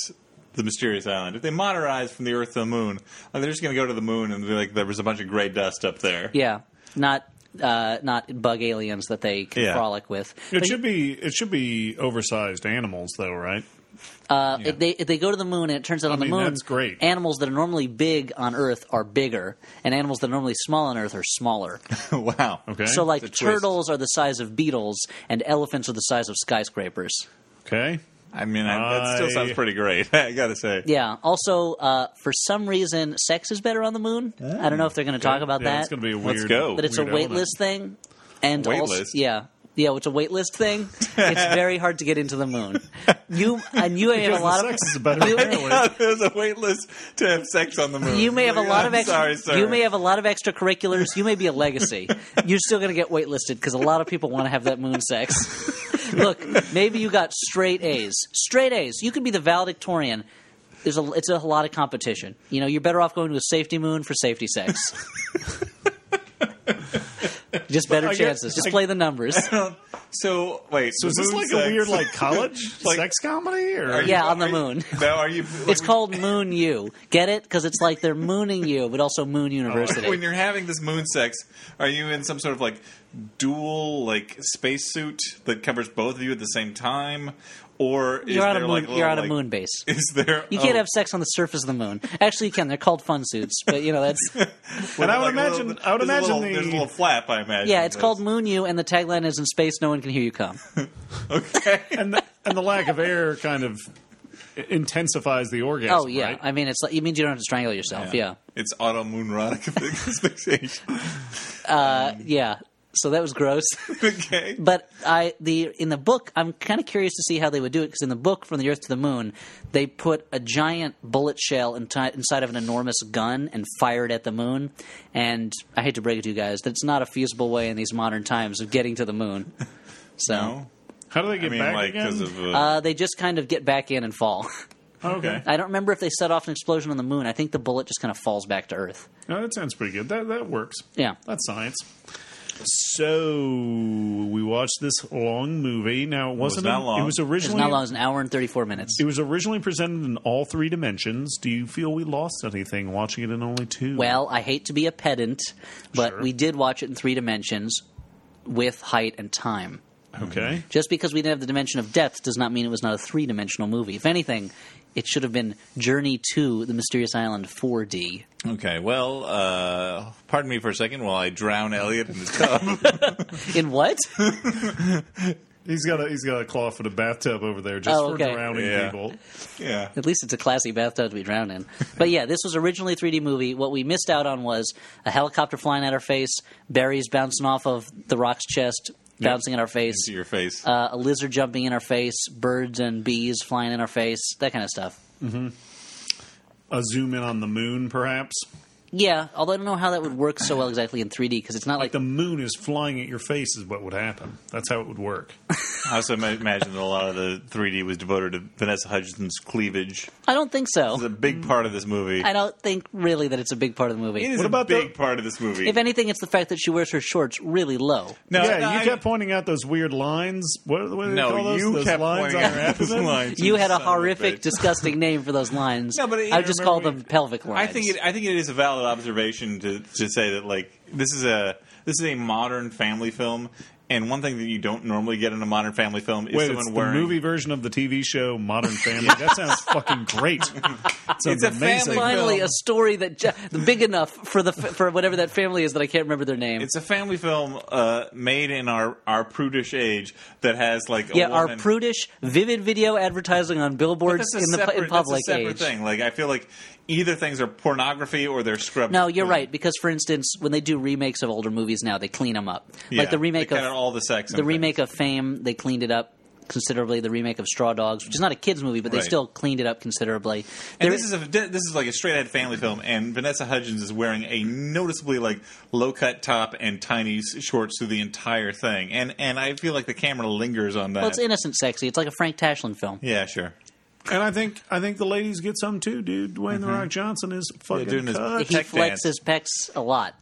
Speaker 1: the mysterious island. If they modernize from the Earth to the Moon, like, they're just going to go to the Moon and be like, there was a bunch of gray dust up there.
Speaker 3: yeah, not uh, not bug aliens that they can
Speaker 1: Yeah.
Speaker 3: frolic with.
Speaker 2: It
Speaker 3: But-
Speaker 2: should be it should be oversized animals though, right?
Speaker 3: Uh, if they if they go to the moon and it turns out on the
Speaker 2: mean,
Speaker 3: moon,
Speaker 2: that's great.
Speaker 3: animals that are normally big on Earth are bigger, and animals that are normally small on Earth are smaller.
Speaker 1: wow.
Speaker 2: Okay.
Speaker 3: so, like
Speaker 1: It's a twist.
Speaker 3: turtles are the size of beetles, and elephants are the size of skyscrapers.
Speaker 2: okay.
Speaker 1: I mean, I, that still
Speaker 2: I-
Speaker 1: sounds pretty great. I gotta say.
Speaker 3: Yeah. Also, uh, for some reason, sex is better on the moon. I don't know if they're going to talk about
Speaker 2: Yeah,
Speaker 3: that.
Speaker 2: It's going to be a weird.
Speaker 1: Let's go.
Speaker 3: but it's a
Speaker 2: weird
Speaker 3: wait
Speaker 2: element.
Speaker 3: list thing, and
Speaker 1: Wait
Speaker 3: also
Speaker 1: list?
Speaker 3: yeah, yeah, it's a wait list thing. it's very hard to get into the moon. You and you may have a
Speaker 2: Because the
Speaker 3: lot of
Speaker 2: sex is better
Speaker 3: you-
Speaker 2: apparently.
Speaker 1: There's a wait list to have sex on the moon.
Speaker 3: You may have a lot of
Speaker 1: I'm
Speaker 3: extra,
Speaker 1: Oh sorry, sir.
Speaker 3: you may have a lot of extracurriculars. You may be a legacy. You're still going to get waitlisted because a lot of people want to have that moon sex. Look, maybe you got straight A's. Straight A's. You could be the valedictorian. There's a, it's a lot of competition. You know, you're better off going to a safety moon for safety sex. just better
Speaker 2: I guess-
Speaker 3: chances. Just
Speaker 2: I-
Speaker 3: play the numbers.
Speaker 1: So wait.
Speaker 2: So is this like a weird like college
Speaker 1: Like-
Speaker 2: sex comedy or
Speaker 3: Yeah, on the moon.
Speaker 1: Now are you?
Speaker 3: It's called Moon U. Get it? Because it's like they're mooning you, but also Moon University.
Speaker 1: Oh, When you're having this moon sex, are you in some sort of like dual like spacesuit that covers both of you at the same time, or is
Speaker 3: You're on a
Speaker 1: there
Speaker 3: moon.
Speaker 1: like
Speaker 3: you're
Speaker 1: little,
Speaker 3: on a
Speaker 1: like-
Speaker 3: moon base.
Speaker 1: Is there? oh,
Speaker 3: You can't have sex on the surface of the moon. Actually, you can. They're called fun suits, but you know that's
Speaker 2: And I would imagine- I would imagine
Speaker 1: little,
Speaker 2: the-
Speaker 1: there's a little flap. I imagine.
Speaker 3: yeah.
Speaker 1: That's-
Speaker 3: It's called Moon You, and the tagline is "In space, no one can hear you come."
Speaker 1: Okay.
Speaker 2: and the, and the lack of air kind of intensifies the orgasm.
Speaker 3: Oh yeah,
Speaker 2: right?
Speaker 3: I mean it's like it means you don't have to strangle yourself. Yeah,
Speaker 1: It's auto moonrotic asphyxiation.
Speaker 3: yeah. So that was gross.
Speaker 1: okay.
Speaker 3: but I the in the book, I'm kind of curious to see how they would do it because in the book, from the Earth to the Moon, they put a giant bullet shell inti- inside of an enormous gun and fired at the moon. And I hate to break it to you guys, that's not a feasible way in these modern times of getting to the moon. So.
Speaker 1: No.
Speaker 2: How do they get
Speaker 1: I mean,
Speaker 2: back
Speaker 1: like
Speaker 2: again?
Speaker 1: because of uh,
Speaker 3: Uh, they just kind of get back in and fall.
Speaker 2: okay.
Speaker 3: I don't remember if they set off an explosion on the moon. I think the bullet just kind of falls back to Earth.
Speaker 2: No, that sounds pretty good. That that works.
Speaker 3: Yeah.
Speaker 2: That's science. So we watched this long movie. Now it wasn't.
Speaker 1: not long.
Speaker 2: It was
Speaker 3: It's
Speaker 2: originally.
Speaker 3: not long. It's an hour and 34 minutes.
Speaker 2: It was originally presented in all three dimensions. Do you feel we lost anything watching it in only two?
Speaker 3: Well, I hate to be a pedant, but
Speaker 2: Sure.
Speaker 3: we did watch it in three dimensions with height and time.
Speaker 2: okay.
Speaker 3: Just because we didn't have the dimension of depth does not mean it was not a three dimensional movie. If anything, it should have been Journey to the Mysterious Island 4D.
Speaker 1: Okay, well, uh, pardon me for a second while I drown Elliot in the tub.
Speaker 3: In what?
Speaker 2: He's got a he's got a cloth for the bathtub over there just
Speaker 3: Oh, okay.
Speaker 2: for drowning
Speaker 1: Yeah.
Speaker 2: people.
Speaker 1: yeah.
Speaker 3: At least it's a classy bathtub to be drowned in. But yeah, this was originally a 3D movie. What we missed out on was a helicopter flying at our face, berries bouncing off of the rock's chest, bouncing in our face,
Speaker 1: To your face.
Speaker 3: uh, a lizard jumping in our face, birds and bees flying in our face, that kind of stuff.
Speaker 2: A zoom in on the moon, perhaps.
Speaker 3: Yeah, although I don't know how that would work so well exactly in 3D because it's not like,
Speaker 2: The moon is flying at your face is what would happen. That's how it would work.
Speaker 1: I also ma- imagine that a lot of the 3D was devoted to Vanessa Hudgens' cleavage.
Speaker 3: I don't think
Speaker 1: It's a
Speaker 3: so.
Speaker 1: big part of this movie.
Speaker 3: I don't think really that it's a big part of the movie.
Speaker 1: it is
Speaker 2: What
Speaker 1: a
Speaker 2: about
Speaker 1: big
Speaker 2: the-
Speaker 1: part of this movie.
Speaker 3: If anything, it's the fact that she wears her shorts really low.
Speaker 1: no,
Speaker 2: yeah,
Speaker 1: no,
Speaker 2: you
Speaker 1: I-
Speaker 2: kept pointing out those weird lines. What, what do they call
Speaker 1: no,
Speaker 2: those?
Speaker 1: you
Speaker 2: Those
Speaker 1: kept
Speaker 2: lines
Speaker 1: pointing
Speaker 2: on your
Speaker 1: out those
Speaker 2: abdomen?
Speaker 1: lines.
Speaker 3: You had a
Speaker 1: son of
Speaker 3: horrific,
Speaker 1: bitch.
Speaker 3: disgusting name for those lines.
Speaker 1: No, but it-
Speaker 3: I just
Speaker 2: remember
Speaker 3: called
Speaker 2: we-
Speaker 3: them pelvic
Speaker 1: I
Speaker 3: lines.
Speaker 1: think it, I think it is a valid observation to, to say that like this is a this is a modern family film, and one thing that you don't normally get in a modern family film is
Speaker 2: Wait,
Speaker 1: someone
Speaker 2: it's the
Speaker 1: wearing
Speaker 2: movie version of the TV show Modern Family. That sounds fucking great. It's,
Speaker 1: It's a
Speaker 2: amazing.
Speaker 1: family-
Speaker 3: finally
Speaker 1: film.
Speaker 3: a story that ju- big enough for the for whatever that family is that I can't remember their name.
Speaker 1: It's a family film uh, made in our, our prudish age that has like a
Speaker 3: yeah, our
Speaker 1: woman-
Speaker 3: prudish, vivid video advertising on billboards
Speaker 1: That's a
Speaker 3: in the
Speaker 1: separate,
Speaker 3: in public
Speaker 1: that's a separate
Speaker 3: age.
Speaker 1: thing. Like I feel like either things are pornography or they're scrubbed.
Speaker 3: No, you're right because, for instance, when they do remakes of older movies now, they clean them up.
Speaker 1: Yeah,
Speaker 3: like the remake
Speaker 1: they cut
Speaker 3: of
Speaker 1: out all the sex.
Speaker 3: the remake of Fame, they cleaned it up considerably. The remake of Straw Dogs, which is not a kids movie, but they
Speaker 1: Right.
Speaker 3: still cleaned it up considerably.
Speaker 1: And
Speaker 3: There-
Speaker 1: this is a this is like a straight ahead family film, and Vanessa Hudgens is wearing a noticeably like low cut top and tiny s- shorts through the entire thing, and and I feel like the camera lingers on that.
Speaker 3: well, it's innocent, sexy. It's like a Frank Tashlin film.
Speaker 1: yeah, sure.
Speaker 2: And I think I think the ladies get some too, dude. Dwayne
Speaker 1: Mm-hmm.
Speaker 2: the Rock Johnson is fucking
Speaker 1: doing his-
Speaker 2: cut.
Speaker 3: He
Speaker 1: Tech dance.
Speaker 3: flexes pecs a lot.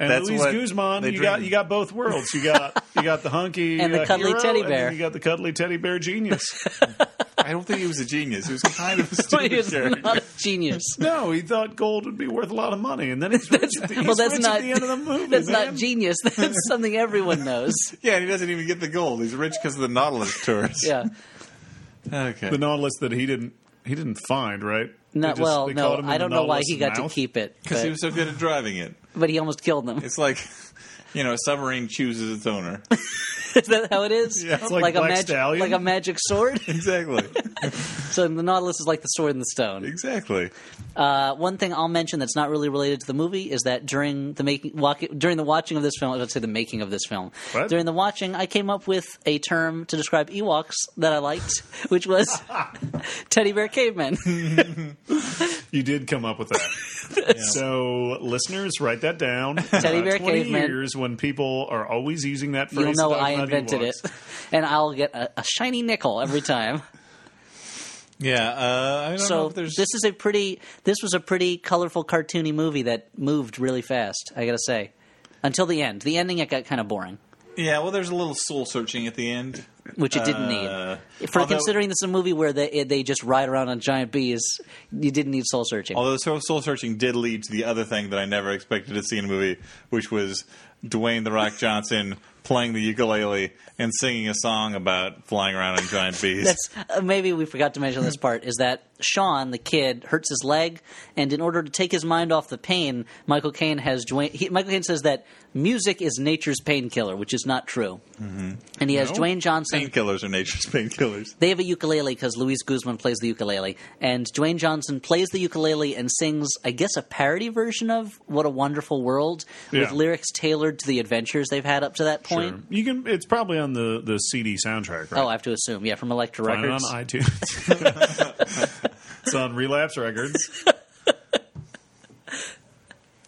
Speaker 2: And
Speaker 1: That's
Speaker 2: Luis
Speaker 1: what
Speaker 2: Guzman,
Speaker 1: they
Speaker 2: you got
Speaker 1: dream.
Speaker 2: you got both worlds. You got you got the hunky
Speaker 3: And the
Speaker 2: uh,
Speaker 3: cuddly
Speaker 2: hero,
Speaker 3: teddy
Speaker 2: and then
Speaker 3: bear.
Speaker 2: you got the cuddly teddy bear genius.
Speaker 1: I don't think he was a genius. He was kind of a
Speaker 3: He
Speaker 1: stupid
Speaker 3: is
Speaker 1: character.
Speaker 3: not a genius.
Speaker 2: no, he thought gold would be worth a lot of money, and then he's rich, at, the, he's
Speaker 3: well, that's
Speaker 2: rich
Speaker 3: not
Speaker 2: at the end of the movie.
Speaker 3: That's
Speaker 2: man.
Speaker 3: not genius. That's something everyone knows.
Speaker 1: Yeah, and he doesn't even get the gold. He's rich because of the Nautilus tours.
Speaker 3: Yeah.
Speaker 1: Okay.
Speaker 2: the Nautilus that he didn't he didn't find right.
Speaker 3: No,
Speaker 2: They just-
Speaker 3: well,
Speaker 2: they
Speaker 3: no,
Speaker 2: caught him in
Speaker 3: I
Speaker 2: the
Speaker 3: don't know why
Speaker 2: Nautilus
Speaker 3: he got
Speaker 2: mouth.
Speaker 3: to keep it,
Speaker 1: Because
Speaker 3: but,
Speaker 1: he was so good at driving it.
Speaker 3: but he almost killed them.
Speaker 1: It's like, you know, a submarine chooses its owner.
Speaker 3: is that how it is?
Speaker 2: Yeah, it's like Black
Speaker 3: a magic,
Speaker 2: Stallion.
Speaker 3: like a magic sword.
Speaker 1: Exactly.
Speaker 3: so the Nautilus is like the sword and the stone.
Speaker 1: exactly.
Speaker 3: Uh, one thing I'll mention that's not really related to the movie is that during the making, walk, during the watching of this film, let's say the making of this film,
Speaker 2: What?
Speaker 3: during the watching, I came up with a term to describe Ewoks that I liked, which was teddy bear cavemen.
Speaker 2: You did come up with that. So, listeners, write that down.
Speaker 3: Teddy bear
Speaker 2: 20
Speaker 3: caveman.
Speaker 2: years when people are always using that phrase.
Speaker 3: You'll know
Speaker 2: about
Speaker 3: I
Speaker 2: Nutty
Speaker 3: invented it,
Speaker 2: Walks.
Speaker 3: and I'll get a, a shiny nickel every time.
Speaker 1: Yeah. Uh, I don't know
Speaker 3: so
Speaker 1: if there's.
Speaker 3: this is a pretty this was a pretty colorful cartoony movie that moved really fast i gotta say until the end the ending it got kind of boring
Speaker 1: yeah. Well, there's a little soul searching at the end.
Speaker 3: which it didn't
Speaker 1: Uh,
Speaker 3: need for
Speaker 1: although-
Speaker 3: considering this is a movie where they they just ride around on giant bees you didn't need soul searching
Speaker 1: Although soul, soul searching did lead to the other thing that I never expected to see in a movie, which was Dwayne the Rock Johnson playing the ukulele and singing a song about flying around on giant bees.
Speaker 3: that's uh, maybe we forgot to mention this part is that Sean the kid hurts his leg, and in order to take his mind off the pain, Michael Caine has Dwayne. He, Michael Caine says that music is nature's painkiller, which is not true. And he has
Speaker 2: Mm-hmm. No.
Speaker 3: Dwayne Johnson
Speaker 1: painkillers are nature's painkillers.
Speaker 3: They have a ukulele because Luis Guzman plays the ukulele, and Dwayne Johnson plays the ukulele and sings, I guess, a parody version of "What a Wonderful World" with
Speaker 2: Yeah.
Speaker 3: lyrics tailored to the adventures they've had up to that point.
Speaker 2: Sure. You can. It's probably on the the CD soundtrack. Right?
Speaker 3: Oh, I have to assume, yeah, from Elektra
Speaker 2: Find it on
Speaker 3: Records.
Speaker 2: iTunes. it's on Relapse Records.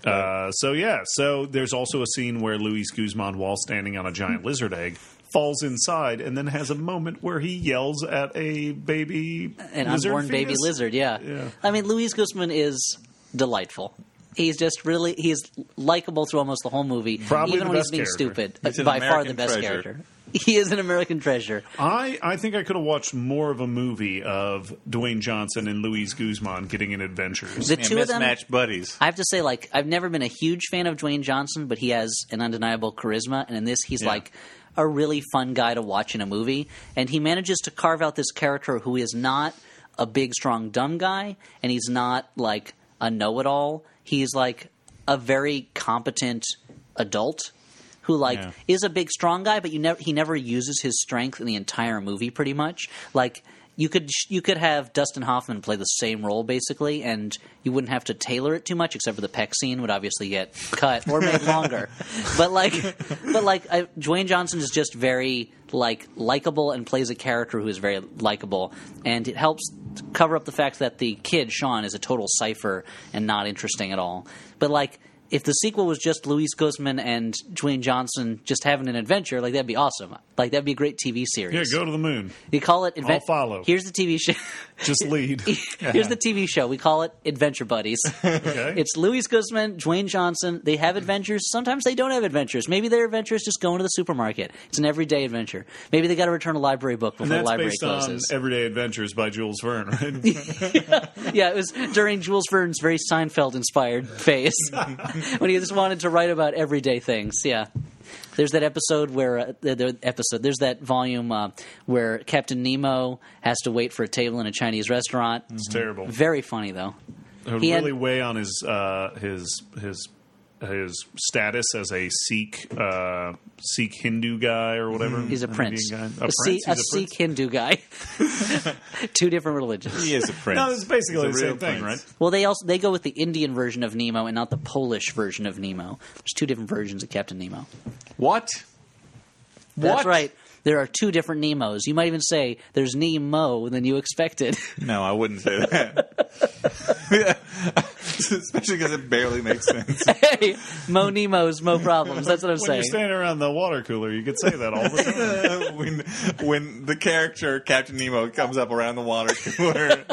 Speaker 2: Uh, so yeah, so there's also a scene where Luis Guzman, while standing on a giant lizard egg, falls inside and then has a moment where he yells at a baby,
Speaker 3: An
Speaker 2: lizard
Speaker 3: unborn baby
Speaker 2: fetus.
Speaker 3: lizard, yeah.
Speaker 2: Yeah.
Speaker 3: I mean, Luis Guzman is delightful. He's just really he's likable through almost the whole movie,
Speaker 2: Probably
Speaker 3: even
Speaker 2: the
Speaker 3: when
Speaker 2: best
Speaker 3: he's being
Speaker 2: character.
Speaker 3: stupid.
Speaker 1: He's an
Speaker 3: by far, the
Speaker 1: American
Speaker 3: best
Speaker 1: treasure.
Speaker 3: character. He is an American treasure.
Speaker 2: I, I think I could have watched more of a movie of Dwayne Johnson and Luis Guzman getting in adventures.
Speaker 3: The
Speaker 1: And
Speaker 3: two of them
Speaker 1: mismatched buddies.
Speaker 3: I have to say, like, I've never been a huge fan of Dwayne Johnson, but he has an undeniable charisma, and in this, he's like a really fun guy to watch in a movie, and he manages to carve out this character who is not a big, strong, dumb guy, and he's not like a know-it-all. He's like a very competent adult who like
Speaker 1: Yeah.
Speaker 3: is a big strong guy, but you never he never uses his strength in the entire movie. Pretty much, like you could you could have Dustin Hoffman play the same role basically, and you wouldn't have to tailor it too much, except for the peck scene would obviously get cut or made longer. but like, but like, I, Dwayne Johnson is just very like likable and plays a character who is very likable, and it helps to cover up the fact that the kid Sean is a total cipher and not interesting at all. But like if the sequel was just Luis Guzman and Dwayne Johnson just having an adventure, like that'd be awesome. Like that'd be a great TV
Speaker 2: yeah,
Speaker 3: series.
Speaker 2: go to the moon.
Speaker 3: You call it. Adve-
Speaker 2: I'll follow.
Speaker 3: Here's the TV show.
Speaker 2: Just lead.
Speaker 3: Here's the TV show. We call it Adventure Buddies.
Speaker 2: Okay.
Speaker 3: it's Luis Guzman, Dwayne Johnson. They have adventures. Sometimes they don't have adventures. Maybe their adventure is just going to the supermarket. It's an everyday adventure. Maybe they got to return a library book before
Speaker 2: and
Speaker 3: the
Speaker 2: that's
Speaker 3: library
Speaker 2: based
Speaker 3: closes.
Speaker 2: on Everyday Adventures by Jules Verne, right?
Speaker 3: yeah, it was during Jules Verne's very Seinfeld inspired phase when he just wanted to write about everyday things. Yeah. There's that episode where uh, the, the episode there's that volume uh, where Captain Nemo has to wait for a table in a Chinese restaurant.
Speaker 2: It's terrible.
Speaker 3: Very funny though.
Speaker 2: It would
Speaker 3: He had-
Speaker 2: really weigh on his uh, his his his status as a Sikh uh, Sikh Hindu guy or whatever.
Speaker 3: He's a
Speaker 2: An
Speaker 3: prince,
Speaker 2: Indian guy.
Speaker 3: a,
Speaker 2: A
Speaker 3: Sikh-
Speaker 2: prince?
Speaker 3: a
Speaker 2: He's a
Speaker 3: Sikh
Speaker 2: prince?
Speaker 3: Hindu guy. Two different religions.
Speaker 1: He is a prince.
Speaker 2: No, it's basically
Speaker 1: He's
Speaker 2: the
Speaker 1: a
Speaker 2: same
Speaker 1: real
Speaker 2: thing,
Speaker 1: prince.
Speaker 3: Well, they also they go with the Indian version of Nemo and not the Polish version of Nemo. There's two different versions of Captain Nemo.
Speaker 1: What?
Speaker 3: That's
Speaker 1: What?
Speaker 3: right. There are two different Nemos. You might even say there's Nemo than you expected.
Speaker 1: No, I wouldn't say that. Especially because it barely makes sense.
Speaker 3: hey, Mo Nemos, Mo problems. That's what I'm
Speaker 2: When
Speaker 3: saying.
Speaker 2: you're standing around the water cooler, you could say that all the time.
Speaker 1: when, when the character Captain Nemo comes up around the water cooler,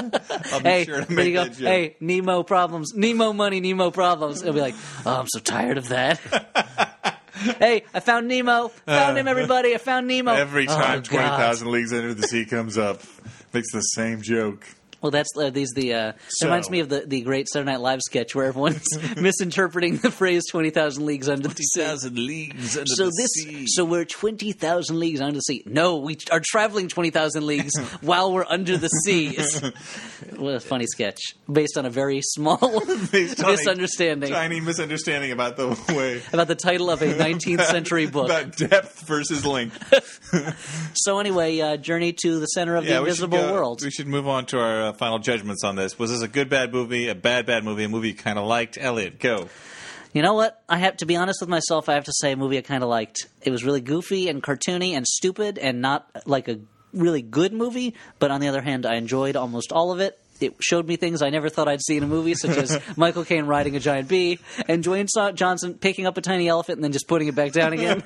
Speaker 1: I'll be
Speaker 3: hey,
Speaker 1: sure to
Speaker 3: when
Speaker 1: make
Speaker 3: you go,
Speaker 1: that joke.
Speaker 3: hey, Nemo problems, Nemo money, Nemo problems. It'll be like, oh, I'm so tired of that. hey, I found Nemo. Found him, everybody. I found Nemo.
Speaker 1: Every
Speaker 3: Oh,
Speaker 1: time
Speaker 3: God.
Speaker 1: 20,000 Leagues Under the Sea comes up, makes the same joke.
Speaker 3: Well, that's uh, these the uh,
Speaker 2: So-
Speaker 3: reminds me of the, the great Saturday Night Live sketch where everyone's misinterpreting the phrase twenty thousand leagues under the sea.
Speaker 1: leagues under
Speaker 3: So this, so we're twenty thousand leagues under the sea. No, we are traveling twenty thousand leagues while we're under the sea. It's- what a funny sketch based on a very small misunderstanding
Speaker 1: tiny misunderstanding about the way
Speaker 3: about the title of a nineteenth century book.
Speaker 1: about depth versus length.
Speaker 3: So anyway, uh, journey to the center of the
Speaker 1: we should
Speaker 3: invisible
Speaker 1: go-
Speaker 3: world.
Speaker 1: We should move on to our uh, final judgments on this. Was this a good bad movie, a bad bad movie, a movie you kind of liked? Elliot, go.
Speaker 3: You know what? I have to be honest with myself. I have to say, a movie I kind of liked. It was really goofy and cartoony and stupid, and not like a really good movie. But on the other hand, I enjoyed almost all of it. It showed me things I never thought I'd see in a movie, such as Michael Caine riding a giant bee and Dwayne So- Johnson picking up a tiny elephant and then just putting it back down again.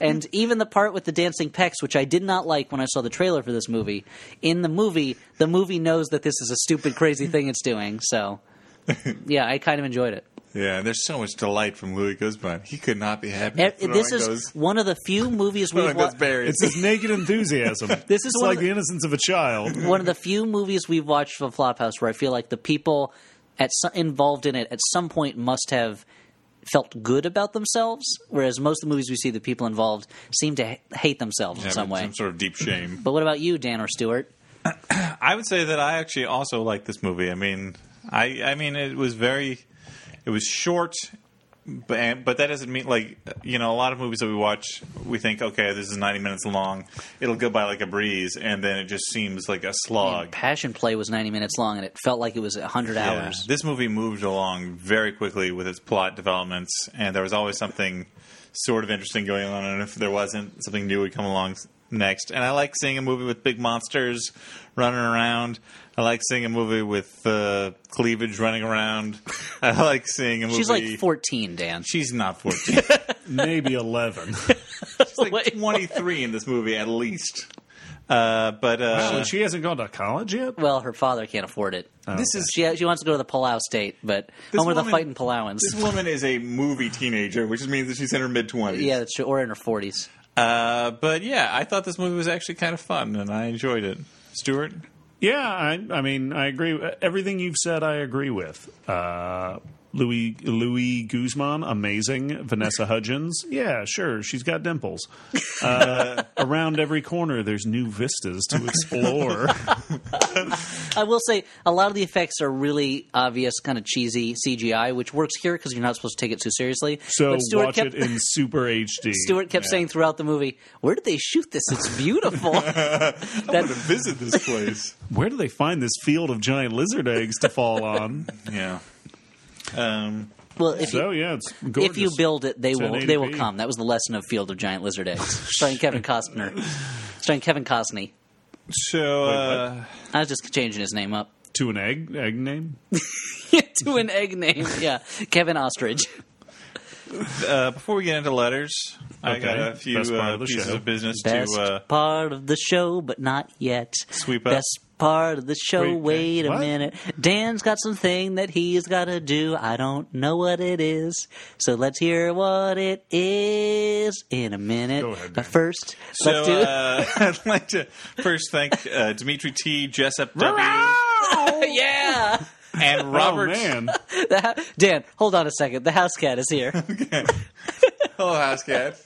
Speaker 3: and even the part with the dancing pecs, which I did not like when I saw the trailer for this movie. In the movie, the movie knows that this is a stupid, crazy thing it's doing. So, yeah, I kind of enjoyed it.
Speaker 1: Yeah, there's so much delight from Louis Guzman. He could not be happy.
Speaker 3: Eh,
Speaker 1: with throwing
Speaker 3: this is
Speaker 1: those,
Speaker 3: one of the few movies we've
Speaker 1: throwing those
Speaker 3: wa-
Speaker 1: berries.
Speaker 2: It's his naked enthusiasm.
Speaker 3: This is
Speaker 2: it's
Speaker 3: one
Speaker 2: like
Speaker 3: of
Speaker 2: the
Speaker 3: the-
Speaker 2: innocence of a child.
Speaker 3: one of the few movies we've watched from Flophouse where I feel like the people at so- involved in it at some point must have felt good about themselves, whereas most of the movies we see the people involved seem to ha- hate themselves in
Speaker 1: having
Speaker 3: some way.
Speaker 1: some sort of deep shame.
Speaker 3: but what about you, Dan or Stewart?
Speaker 1: I would say that I actually also like this movie. I mean, I I mean it was very, it was short, but but that doesn't mean like you know a lot of movies that we watch we think okay this is ninety minutes long it'll go by like a breeze and then it just seems like a slog.
Speaker 3: Passion Play was 90 minutes long and it felt like it was 100 hours.
Speaker 1: This movie moved along very quickly with its plot developments, and there was always something sort of interesting going on. And if there wasn't, something new would come along s- next. And I like seeing a movie with big monsters running around. I like seeing a movie with uh, cleavage running around. I like seeing a movie.
Speaker 3: She's like 14, Dan.
Speaker 1: She's not 14.
Speaker 2: Maybe 11.
Speaker 1: She's like
Speaker 3: Wait,
Speaker 1: 23 in this movie, at least. Uh, but uh,
Speaker 2: she hasn't gone to college yet?
Speaker 3: Well, her father can't afford it.
Speaker 1: this is
Speaker 3: She, she wants to go to the Palau state, but home of the
Speaker 1: Oh, woman-
Speaker 3: fighting Palauans.
Speaker 1: this woman is a movie teenager, which means that she's in her mid 20s.
Speaker 3: yeah, that's true. Or in her 40s.
Speaker 1: Uh, but yeah, I thought this movie was actually kind of fun, and I enjoyed it. Stuart,
Speaker 2: Yeah, I, I mean, I agree. Everything you've said, I agree with. Uh, Louis Louis Guzman, amazing. Vanessa Hudgens, yeah, sure, she's got dimples. Uh, around every corner, there's new vistas to explore.
Speaker 3: I will say a lot of the effects are really obvious, kind of cheesy CGI, which works here because you're not supposed to take it too seriously.
Speaker 2: So
Speaker 3: but Stuart
Speaker 2: watch it
Speaker 3: kept,
Speaker 2: in super HD.
Speaker 3: Stuart kept saying throughout the movie, "Where did they shoot this? It's beautiful." that,
Speaker 1: visit this place.
Speaker 2: Where do they find this field of giant lizard eggs to fall on?
Speaker 1: yeah. Um,
Speaker 3: well, if you,
Speaker 2: So yeah, it's gorgeous.
Speaker 3: if you build it, they will they will
Speaker 2: 1080p.
Speaker 3: come. That was the lesson of Field of Giant Lizard Eggs, starring Kevin Costner, starring Kevin Costner.
Speaker 1: so uh,
Speaker 3: I was just changing his name up
Speaker 2: to an egg egg name,
Speaker 3: to an egg name. Yeah, Kevin Ostrich.
Speaker 1: uh, before we get into letters, I
Speaker 2: Okay.
Speaker 1: got a few
Speaker 2: Best part
Speaker 1: uh,
Speaker 2: of the
Speaker 1: pieces
Speaker 2: show.
Speaker 1: of business
Speaker 3: Best
Speaker 1: to. Uh,
Speaker 3: part of the show, but not yet.
Speaker 1: Sweep up.
Speaker 3: Best part of the show.
Speaker 2: Wait,
Speaker 3: Wait, a
Speaker 2: what?
Speaker 3: minute. Dan's got something that he's got to do. I don't know what it is. So let's hear what it is in a minute.
Speaker 2: Go ahead, Dan.
Speaker 3: but first,
Speaker 1: so
Speaker 3: let's do.
Speaker 1: uh, I'd like to first thank uh, Dimitri T, Jessup W,
Speaker 3: yeah,
Speaker 1: and
Speaker 2: oh
Speaker 1: Robert.
Speaker 2: man,
Speaker 3: The ha- Dan, hold on a second. The house cat is here.
Speaker 1: Hello, house cat.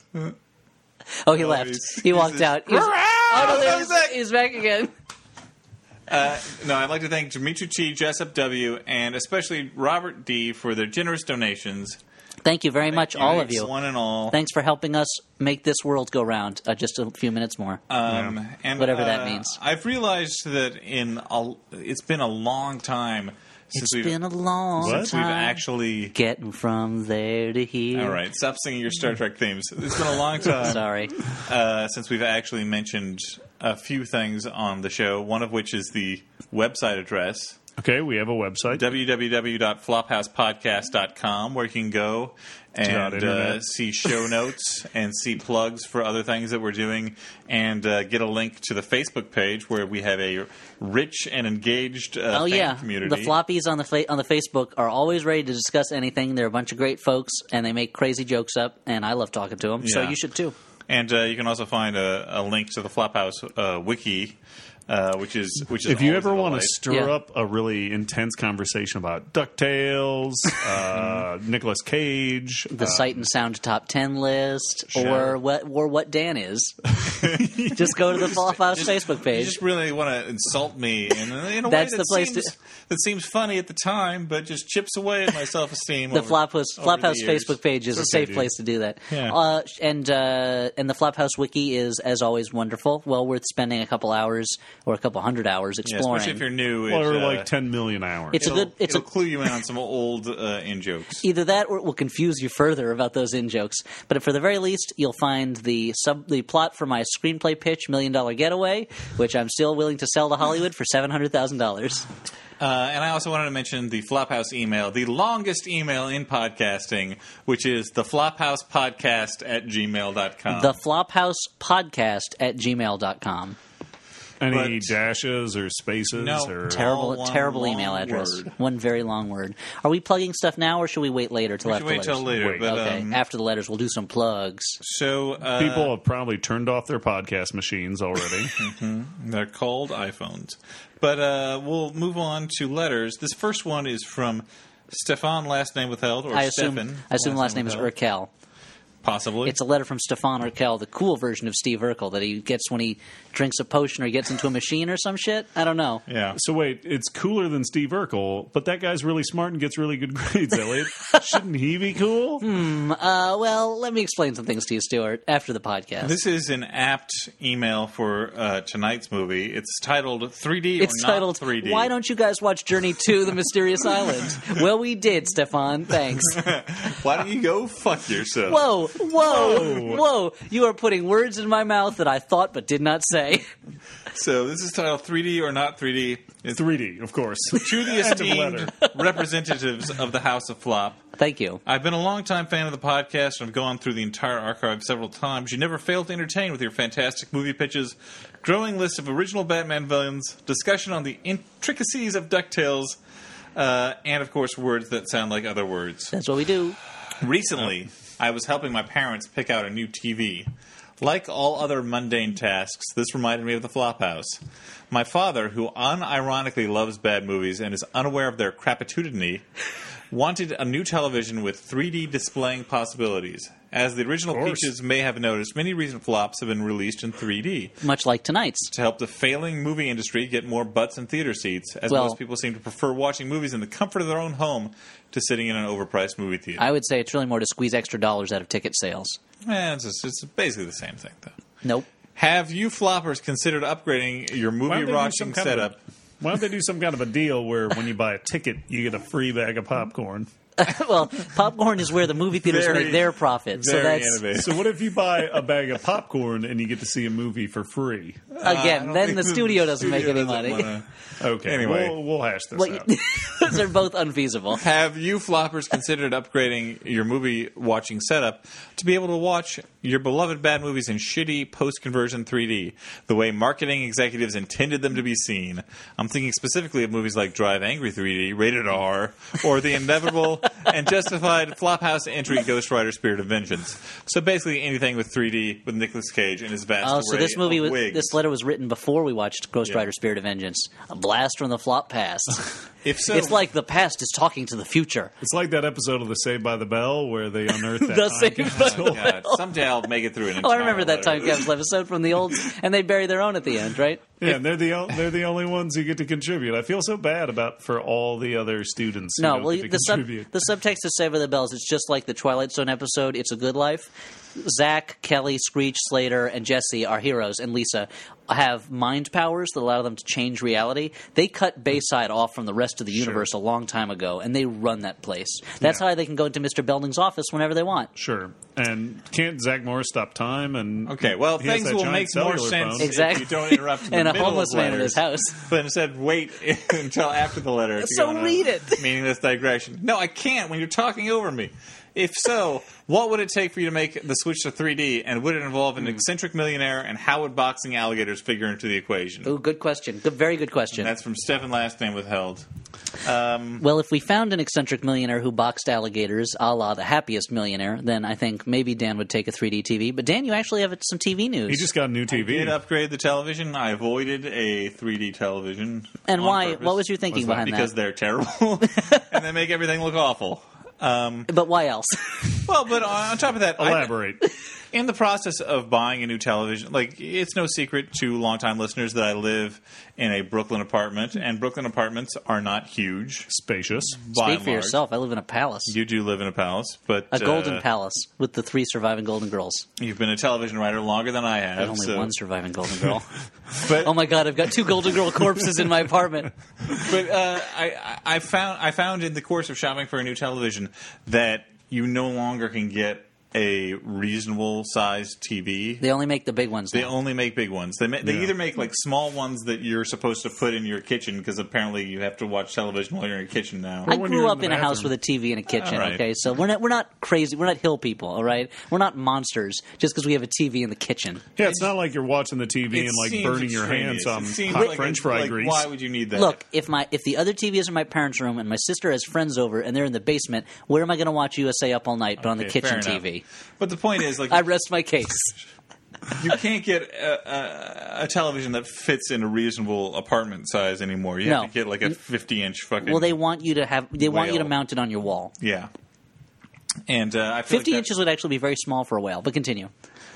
Speaker 3: Oh, he left.
Speaker 1: he's-
Speaker 3: he
Speaker 1: he's
Speaker 3: walked
Speaker 1: just-
Speaker 3: out. He was- oh no, there
Speaker 1: That
Speaker 3: he
Speaker 1: was
Speaker 3: is.
Speaker 1: it.
Speaker 3: he's back again.
Speaker 1: No, I'd like to thank Dimitri T, Jessup W, and especially Robert D for their generous donations.
Speaker 3: Thank you very much, all of
Speaker 1: Thanks,
Speaker 3: you.
Speaker 1: one and all.
Speaker 3: Thanks for helping us make this world go round. Uh, just a few minutes more.
Speaker 1: Um, and,
Speaker 3: Whatever that means.
Speaker 1: I've realized that in a, it's been a long time since
Speaker 3: It's
Speaker 1: we've,
Speaker 3: been a long
Speaker 2: What?
Speaker 1: since we've
Speaker 3: time.
Speaker 1: actually.
Speaker 3: Getting from there to here.
Speaker 1: All right, stop singing your Star Trek themes. It's been a long time
Speaker 3: Sorry.
Speaker 1: uh, since we've actually mentioned a few things on the show. One of which is the website address.
Speaker 2: okay, we have a website.
Speaker 1: www.flophousepodcast.com where you can go
Speaker 2: Dot
Speaker 1: and
Speaker 2: internet.
Speaker 1: uh, see show notes and see plugs for other things that we're doing and uh, get a link to the Facebook page where we have a rich and engaged uh,
Speaker 3: Oh
Speaker 1: fan
Speaker 3: yeah,
Speaker 1: community.
Speaker 3: the floppies on the fa- on the Facebook are always ready to discuss anything. They're a bunch of great folks, and they make crazy jokes up, and I love talking to them. So
Speaker 1: Yeah.
Speaker 3: you should too.
Speaker 1: and uh, you can also find a, a link to the Flophouse uh, wiki uh, which is which is
Speaker 2: if you
Speaker 1: always
Speaker 2: ever
Speaker 1: a
Speaker 2: want to
Speaker 1: delight.
Speaker 2: stir
Speaker 3: Yeah.
Speaker 2: up a really intense conversation about Ducktales, uh, Nicolas Cage, uh,
Speaker 3: the
Speaker 1: Uh,
Speaker 3: Sight and Sound top ten list,
Speaker 2: Sure.
Speaker 3: or what or what Dan is. just go to the Fall Off House Facebook
Speaker 1: you
Speaker 3: page.
Speaker 1: just really want to insult me in, in a
Speaker 3: That's
Speaker 1: way that
Speaker 3: the place to-
Speaker 1: seems that seems funny at the time, but just chips away at my self esteem.
Speaker 3: the Flophouse Flophouse
Speaker 1: years.
Speaker 3: Facebook page is a
Speaker 2: It's okay,
Speaker 3: safe
Speaker 2: dude.
Speaker 3: place to do that.
Speaker 1: Yeah.
Speaker 3: Uh, and uh, and the Flophouse wiki is as always wonderful. Well worth spending a couple hours or a couple hundred hours
Speaker 1: Yeah,
Speaker 3: exploring.
Speaker 1: especially if you're new. it,
Speaker 2: or
Speaker 1: uh,
Speaker 2: like 10 million hours.
Speaker 3: It's a
Speaker 1: it'll-
Speaker 3: good- it's a-
Speaker 1: it'll clue you in on some old uh, in jokes.
Speaker 3: Either that, or it will confuse you further about those in jokes. But for the very least, you'll find the sub the plot for my screenplay pitch, Million Dollar Getaway, which I'm still willing to sell to Hollywood for seven hundred thousand dollars.
Speaker 1: Uh, and I also wanted to mention the Flophouse email, the longest email in podcasting, which is the Flophouse Podcast at gmail.com.
Speaker 3: The Flophouse Podcast at gmail.com.
Speaker 2: Any
Speaker 1: but-
Speaker 2: dashes or spaces
Speaker 1: No.
Speaker 2: or
Speaker 1: Ter- All
Speaker 3: Terrible,
Speaker 1: one
Speaker 3: terrible
Speaker 1: long
Speaker 3: email address.
Speaker 1: word.
Speaker 3: One very long word. Are we plugging stuff now, or should we wait later till
Speaker 1: We should
Speaker 3: after
Speaker 1: wait
Speaker 3: letters?
Speaker 1: till later.
Speaker 2: Wait.
Speaker 1: But,
Speaker 3: okay,
Speaker 1: um,
Speaker 3: after the letters, we'll do some plugs.
Speaker 1: so uh,
Speaker 2: people have probably turned off their podcast machines already.
Speaker 1: They're called iPhones. But uh, we'll move on to letters. This first one is from Stefan, last name withheld, or
Speaker 3: I assume.
Speaker 1: Stefan.
Speaker 3: I assume last name is
Speaker 1: withheld.
Speaker 3: Urkel.
Speaker 1: Possibly.
Speaker 3: It's a letter from Stefan Urkel, the cool version of Steve Urkel that he gets when he drinks a potion or gets into a machine or some shit. I don't know.
Speaker 1: yeah.
Speaker 2: so wait, it's cooler than Steve Urkel, but that guy's really smart and gets really good grades, Elliot. Shouldn't he be cool?
Speaker 3: Uh, well, let me explain some things to you, Stuart, after the podcast.
Speaker 1: This is an apt email for uh, tonight's movie. It's titled 3D
Speaker 3: it's
Speaker 1: or not
Speaker 3: titled
Speaker 1: 3D.
Speaker 3: "Why Don't You Guys Watch Journey to the Mysterious Island?" Well, we did, Stefan. Thanks.
Speaker 1: Why don't you go fuck yourself?
Speaker 3: Whoa, whoa, whoa! You are putting words in my mouth that I thought but did not say.
Speaker 1: So this is titled 3D or not 3D. It's
Speaker 2: 3D, of course.
Speaker 1: to the
Speaker 2: End of letter.
Speaker 1: esteemed representatives of the House of Flop.
Speaker 3: Thank you.
Speaker 1: I've been a longtime fan of the podcast and I've gone through the entire archive several times. You never fail to entertain with your fantastic movie pitches, growing list of original Batman villains, discussion on the intricacies of DuckTales, uh, and of course, words that sound like other words.
Speaker 3: That's what we do.
Speaker 1: Recently, I was helping my parents pick out a new TV. Like all other mundane tasks, this reminded me of the Flophouse. My father, who unironically loves bad movies and is unaware of their crapitudiny, wanted a new television with 3D displaying possibilities. As the original
Speaker 2: course.
Speaker 1: Peaches may have noticed, many recent flops have been released in 3D
Speaker 3: Much like tonight's.
Speaker 1: to help the failing movie industry get more butts in theater seats, as
Speaker 3: Well-
Speaker 1: most people seem to prefer watching movies in the comfort of their own home to sitting in an overpriced movie theater.
Speaker 3: I would say it's really more to squeeze extra dollars out of ticket sales.
Speaker 1: Eh, it's, just, it's basically the same thing, though.
Speaker 3: Nope.
Speaker 1: Have you floppers considered upgrading your
Speaker 2: Why
Speaker 1: movie
Speaker 2: don't they do some
Speaker 1: watching
Speaker 2: kind of-
Speaker 1: setup?
Speaker 2: Why don't they do some kind of a deal where when you buy a ticket, you get a free bag of popcorn?
Speaker 3: well, popcorn is where the movie theaters
Speaker 1: Very-
Speaker 3: make their profit. So
Speaker 1: very
Speaker 3: that's
Speaker 1: innovative.
Speaker 2: So what if you buy a bag of popcorn and you get to see a movie for free?
Speaker 1: Ah, I
Speaker 3: again,
Speaker 1: don't
Speaker 3: then
Speaker 1: think
Speaker 3: the studio doesn't make any
Speaker 1: studio
Speaker 3: money.
Speaker 1: doesn't wanna-
Speaker 2: Okay,
Speaker 1: Anyway.
Speaker 2: we'll, we'll hash this
Speaker 3: Well,
Speaker 2: out.
Speaker 3: those are both unfeasible.
Speaker 1: Have you floppers considered upgrading your movie watching setup to be able to watch your beloved bad movies in shitty post conversion 3D, the way marketing executives intended them to be seen? I'm thinking specifically of movies like Drive Angry 3D, Rated R, or the inevitable and justified flophouse entry Ghost Rider Spirit of Vengeance. So basically anything with 3D with Nicolas Cage and his vast
Speaker 3: Oh, so
Speaker 1: array
Speaker 3: this movie
Speaker 1: of
Speaker 3: was
Speaker 1: wigs.
Speaker 3: this letter was written before we watched Ghost
Speaker 1: Yeah.
Speaker 3: Rider: Spirit of Vengeance, a blast from the flop past.
Speaker 1: If so,
Speaker 3: it's like the past is talking to the future.
Speaker 2: It's like that episode of The Saved by the Bell where they unearth that
Speaker 3: The
Speaker 2: time
Speaker 3: Saved by
Speaker 2: capsule.
Speaker 1: Oh, God. Someday I'll make it through an
Speaker 3: Oh, I
Speaker 1: entire
Speaker 3: remember that
Speaker 1: letter.
Speaker 3: time capsule episode from the old, and they bury their own at the end, right?
Speaker 2: Yeah, and they're the o- they're the only ones who get to contribute. I feel so bad about for all the other students. Who
Speaker 3: No,
Speaker 2: don't
Speaker 3: well,
Speaker 2: get to
Speaker 3: the sub,
Speaker 2: contribute.
Speaker 3: the subtext of Save of the Bells. It's just like the Twilight Zone episode. It's a Good Life. Zach, Kelly, Screech, Slater, and Jesse are heroes, and Lisa have mind powers that allow them to change reality. They cut Bayside off from the rest of the universe a long time ago, and they run that place. That's
Speaker 2: Yeah.
Speaker 3: how they can go into Mr. Belding's office whenever they want.
Speaker 2: sure. And can't Zach Morris stop time? And
Speaker 1: Okay, well,
Speaker 2: he has
Speaker 1: things
Speaker 2: that
Speaker 1: will
Speaker 2: giant
Speaker 1: make more
Speaker 2: cellular
Speaker 1: sense
Speaker 2: phone.
Speaker 3: Ex- Exactly.
Speaker 1: if you don't interrupt in the
Speaker 3: And a
Speaker 1: middle
Speaker 3: homeless
Speaker 1: of
Speaker 3: man in
Speaker 1: letters,
Speaker 3: his house.
Speaker 1: But instead, wait until after the letter. to
Speaker 3: So
Speaker 1: go on a
Speaker 3: read it.
Speaker 1: Meaningless digression. No, I can't when you're talking over me. If so, what would it take for you to make the switch to 3D, and would it involve
Speaker 3: Hmm.
Speaker 1: an eccentric millionaire, and how would boxing alligators figure into the equation?
Speaker 3: Ooh, good question. Good, very good question.
Speaker 1: That's from Stefan, last name withheld.
Speaker 3: well, if we found an eccentric millionaire who boxed alligators, a la the happiest millionaire, then I think maybe Dan would take a 3D TV. But Dan, you actually have some TV news.
Speaker 2: He just got a new TV.
Speaker 3: Hmm.
Speaker 1: did upgrade the television. I avoided a 3D television.
Speaker 3: and
Speaker 1: on
Speaker 3: why?
Speaker 1: purpose.
Speaker 3: What was your
Speaker 1: Was
Speaker 3: thinking
Speaker 1: that
Speaker 3: behind
Speaker 1: because
Speaker 3: that?
Speaker 1: they're terrible and they make everything look awful.
Speaker 3: But why else?
Speaker 1: Well, but on, on top of that, I,
Speaker 2: Elaborate.
Speaker 1: in the process of buying a new television, like it's no secret to longtime listeners that I live in a Brooklyn apartment, and Brooklyn apartments are not huge.
Speaker 2: Spacious.
Speaker 1: By
Speaker 3: Speak
Speaker 1: and
Speaker 3: for
Speaker 1: large.
Speaker 3: yourself. I live in a palace,
Speaker 1: You do live in a palace, but
Speaker 3: a golden
Speaker 1: uh,
Speaker 3: palace with the three surviving golden girls.
Speaker 1: You've been a television writer longer than I have.
Speaker 3: There's only
Speaker 1: so-
Speaker 3: one surviving golden girl.
Speaker 1: But-
Speaker 3: oh my god, I've got two golden girl corpses in my apartment.
Speaker 1: but uh, I, I- I found I found in the course of shopping for a new television that you no longer can get a reasonable sized TV.
Speaker 3: They only make the big ones.
Speaker 1: They
Speaker 3: now.
Speaker 1: only make big ones. They ma- they
Speaker 2: Yeah.
Speaker 1: either make like small ones that you're supposed to put in your kitchen because apparently you have to watch television while you're in your kitchen now.
Speaker 3: I
Speaker 2: But when
Speaker 3: grew
Speaker 2: you're
Speaker 3: up
Speaker 2: in the
Speaker 3: in a house
Speaker 2: bathroom-
Speaker 3: with a TV and a kitchen.
Speaker 1: All right.
Speaker 3: Okay, so we're not we're not crazy. We're not hill people. All right, we're not monsters just because we have a TV in the kitchen.
Speaker 2: Yeah, it's not like you're watching the TV
Speaker 1: It
Speaker 2: and like
Speaker 1: seems
Speaker 2: burning your
Speaker 1: extraneous.
Speaker 2: hands on
Speaker 1: It seems
Speaker 2: hot
Speaker 1: like-
Speaker 2: French fry
Speaker 1: like,
Speaker 2: grease.
Speaker 1: Why would you need that?
Speaker 3: Look, if my if the other TV is in my parents' room and my sister has friends over and they're in the basement, where am I going to watch USA Up All Night but on the
Speaker 1: Okay, fair
Speaker 3: kitchen
Speaker 1: enough.
Speaker 3: TV?
Speaker 1: But the point is, like,
Speaker 3: I rest my case.
Speaker 1: you can't get a, a, a television that fits in a reasonable apartment size anymore. You
Speaker 3: No.
Speaker 1: have to get like a 50 inch fucking.
Speaker 3: Well, they want you to have they want you to
Speaker 1: Whale.
Speaker 3: mount it on your wall.
Speaker 1: yeah. And uh, I feel
Speaker 3: Fifty
Speaker 1: like that-
Speaker 3: inches would actually be very small for a whale. But continue.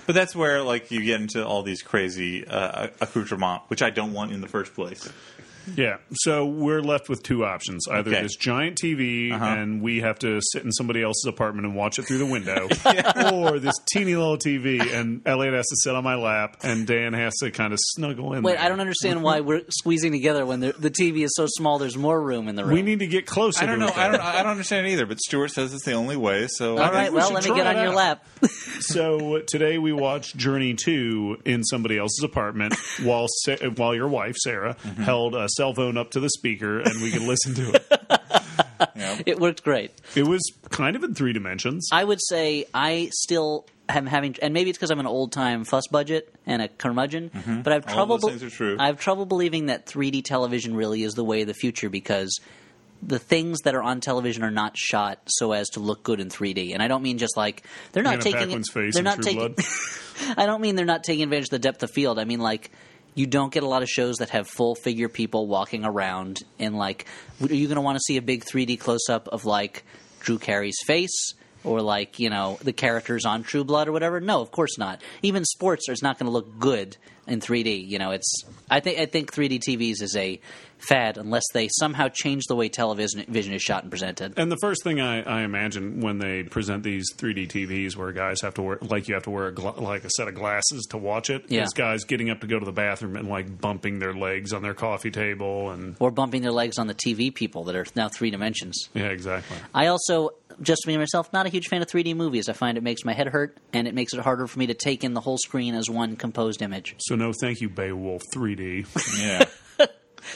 Speaker 1: But that's where like you get into all these crazy uh, accoutrements, which I don't want in the first place.
Speaker 2: Yeah. So we're left with two options: either
Speaker 1: Okay.
Speaker 2: this giant TV, and we have to sit in somebody else's apartment and watch it through the window, or this teeny little TV, and Elliot has to sit on my lap, and Dan has to kind of snuggle in.
Speaker 3: Wait,
Speaker 2: there.
Speaker 3: I don't understand why we're squeezing together when the, the TV is so small. There's more room in the room.
Speaker 2: We need to get closer.
Speaker 1: I don't
Speaker 2: to
Speaker 1: know.
Speaker 2: it,
Speaker 1: I don't.
Speaker 2: though.
Speaker 1: I don't understand either. But Stuart says it's the only way. So
Speaker 3: all right,
Speaker 2: we
Speaker 3: well,
Speaker 2: should
Speaker 3: let me
Speaker 2: try
Speaker 3: get on
Speaker 2: it
Speaker 3: your
Speaker 2: out.
Speaker 3: lap.
Speaker 2: So today we watched Journey Two in somebody else's apartment while Sa- while your wife Sarah held a cell phone up to the speaker, and we could listen to it.
Speaker 1: yeah.
Speaker 3: It worked great.
Speaker 2: It was kind of in three dimensions.
Speaker 3: I would say I still am having, and maybe it's because I'm an old time fuss budget and a curmudgeon, but I've
Speaker 1: Mm-hmm. All
Speaker 3: trouble.
Speaker 1: those things are true.
Speaker 3: I have trouble believing that 3D television really is the way of the future because the things that are on television are not shot so as to look good in 3D, and I don't mean just like they're not
Speaker 2: Anna
Speaker 3: taking.
Speaker 2: Paquin's face
Speaker 3: they're
Speaker 2: in
Speaker 3: not
Speaker 2: True
Speaker 3: taking.
Speaker 2: Blood.
Speaker 3: I don't mean they're not taking advantage of the depth of field. I mean like you don't get a lot of shows that have full figure people walking around and like are you going to want to see a big 3D close up of like Drew Carey's face or like, you know, the characters on True Blood or whatever? No, of course not. Even sports is not going to look good in 3D, you know, it's I think I think 3D TVs is a fad unless they somehow change the way television vision is shot and presented.
Speaker 2: And the first thing I, I imagine when they present these 3D TVs, where guys have to wear like you have to wear a gla- like a set of glasses to watch it, is
Speaker 3: Yeah.
Speaker 2: guys getting up to go to the bathroom and like bumping their legs on their coffee table and
Speaker 3: Or bumping their legs on the TV people that are now three dimensions.
Speaker 2: yeah, exactly.
Speaker 3: I also, just me myself, not a huge fan of 3D movies. I find it makes my head hurt, and it makes it harder for me to take in the whole screen as one composed image.
Speaker 2: So no, thank you, Beowulf 3D.
Speaker 1: yeah.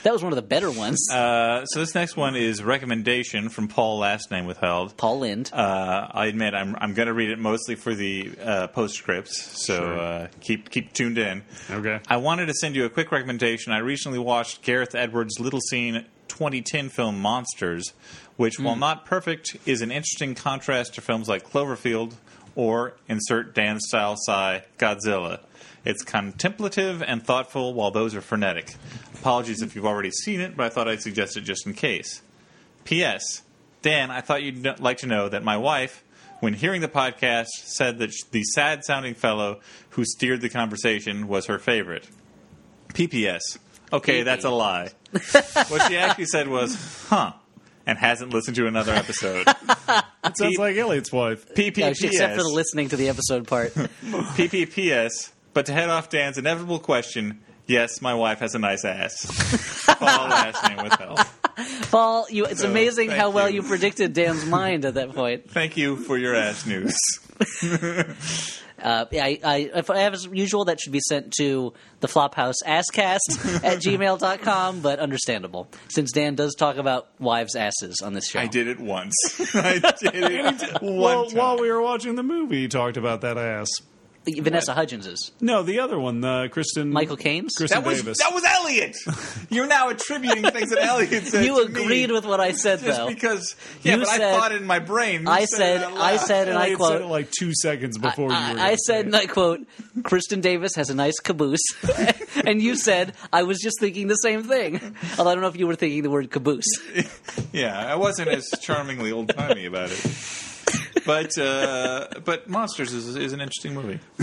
Speaker 3: That was one of the better ones.
Speaker 1: Uh, so this next one is recommendation from Paul. Last name withheld.
Speaker 3: Paul Lind.
Speaker 1: Uh, I admit I'm I'm going to read it mostly for the uh, postscripts, so
Speaker 2: Sure.
Speaker 1: uh, keep keep tuned in.
Speaker 2: Okay.
Speaker 1: I wanted to send you a quick recommendation. I recently watched Gareth Edwards' Little Scene 2010 film Monsters, which,
Speaker 2: Hmm.
Speaker 1: while not perfect, is an interesting contrast to films like Cloverfield or insert Dan style sigh Godzilla. It's contemplative and thoughtful, while those are frenetic. Apologies if you've already seen it, but I thought I'd suggest it just in case. P.S. Dan, I thought you'd kn- like to know that my wife, when hearing the podcast, said that sh- the sad sounding fellow who steered the conversation was her favorite. PPS. Okay,
Speaker 3: PP.
Speaker 1: that's a lie. what she actually said was, huh, and hasn't listened to another episode.
Speaker 2: That sounds like Elliot's wife.
Speaker 3: Yeah, except for the
Speaker 1: PPPS.
Speaker 3: listening to the episode part.
Speaker 1: PPPS. But to head off Dan's inevitable question, yes, my wife has a nice ass. Paul last name with help.
Speaker 3: Paul, you, it's
Speaker 1: No,
Speaker 3: amazing
Speaker 1: Oh, thank
Speaker 3: how well you.
Speaker 1: you.
Speaker 3: predicted Dan's mind at that point.
Speaker 1: Thank you for your ass news.
Speaker 3: Uh, I, I, if I have as usual, that should be sent to the Flophouse Asscast at gmail.com, but understandable, since Dan does talk about wives' asses on this show.
Speaker 1: I did it once. I did it one
Speaker 2: Well,
Speaker 1: time.
Speaker 2: while we were watching the movie, he talked about that ass.
Speaker 3: The- Vanessa Hudgens's.
Speaker 2: No, the other one, uh, Kristen.
Speaker 3: Michael Caine's?
Speaker 2: Kristen
Speaker 1: That was
Speaker 2: Davis.
Speaker 1: that was Elliot. You're now attributing things that Elliot said.
Speaker 3: You
Speaker 1: to me
Speaker 3: agreed with what I said,
Speaker 1: just
Speaker 3: though.
Speaker 1: because. Yeah,
Speaker 3: You
Speaker 1: but I
Speaker 3: said-
Speaker 1: thought it in my brain. You
Speaker 3: I
Speaker 1: it
Speaker 3: said,
Speaker 1: out
Speaker 3: I
Speaker 1: loud.
Speaker 3: said, and I
Speaker 2: Elliot said it
Speaker 3: quote,
Speaker 2: like two seconds before you were.
Speaker 3: I, I
Speaker 2: gonna say
Speaker 3: said,
Speaker 2: it.
Speaker 3: and I quote, Kristen Davis has a nice caboose. and you said, I was just thinking the same thing. Although I don't know if you were thinking the word caboose.
Speaker 1: Yeah, I wasn't as charmingly old timey about it. But uh, but Monsters is, is an interesting movie.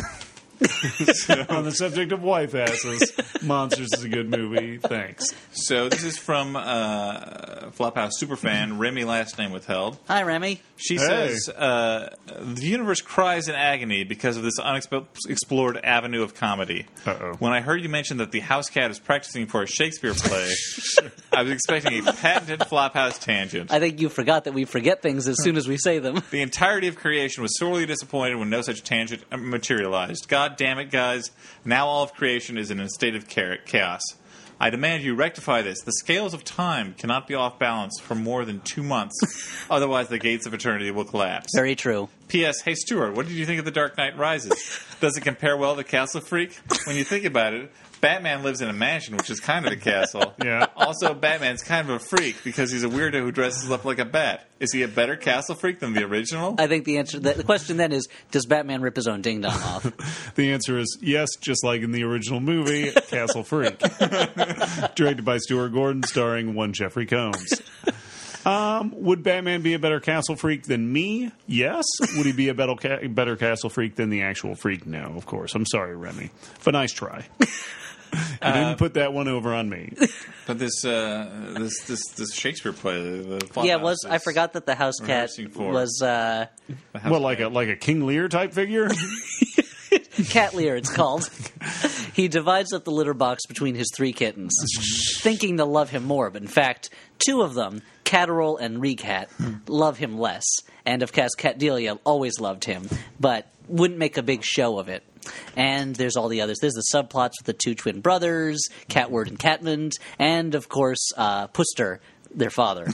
Speaker 2: on the subject of wife asses, Monsters is a good movie. Thanks.
Speaker 1: So this is from uh, Flophouse superfan Remy last name withheld.
Speaker 3: Hi, Remy.
Speaker 1: She
Speaker 2: Hey.
Speaker 1: says uh, the universe cries in agony because of this unexplored avenue of comedy.
Speaker 2: Uh-oh.
Speaker 1: When I heard you mention that the house cat is practicing for a Shakespeare play, I was expecting a patented Flophouse tangent.
Speaker 3: I think you forgot that we forget things as soon as we say them.
Speaker 1: The entirety of creation was sorely disappointed when no such tangent uh, materialized. God damn it, guys. Now all of creation is in a state of cha- chaos. I demand you rectify this. The scales of time cannot be off balance for more than two months. Otherwise, the gates of eternity will collapse.
Speaker 3: Very true.
Speaker 1: P.S. Hey, Stuart, what did you think of The Dark Knight Rises? Does it compare well to Castle Freak? When you think about it, Batman lives in a mansion, which is kind of a castle.
Speaker 2: Yeah.
Speaker 1: Also, Batman's kind of a freak because he's a weirdo who dresses up like a bat. Is he a better Castle Freak than the original?
Speaker 3: I think the answer, the, the question then is, does Batman rip his own ding dong off?
Speaker 2: The answer is yes, just like in the original movie, Castle Freak, directed by Stuart Gordon, starring one Jeffrey Combs. Um, would Batman be a better Castle Freak than me? Yes. Would he be a better, ca- better Castle Freak than the actual Freak? No, of course. I'm sorry, Remy, but nice try. You didn't put that one over on me.
Speaker 1: But this uh, this this this Shakespeare play, the, the
Speaker 3: yeah, it was I forgot that the house cat
Speaker 1: Rehearsing for-
Speaker 3: was uh,
Speaker 2: Well, like a like a King Lear type figure.
Speaker 3: cat litter. It's called. he divides up the litter box between his three kittens, thinking they'll love him more, but in fact, two of them, Catterall and Recat, love him less. And of course, Cat Delia always loved him, but wouldn't make a big show of it. And there's all the others. There's the subplots with the two twin brothers, Catword and Catmond, and of course, uh, Puster, their father.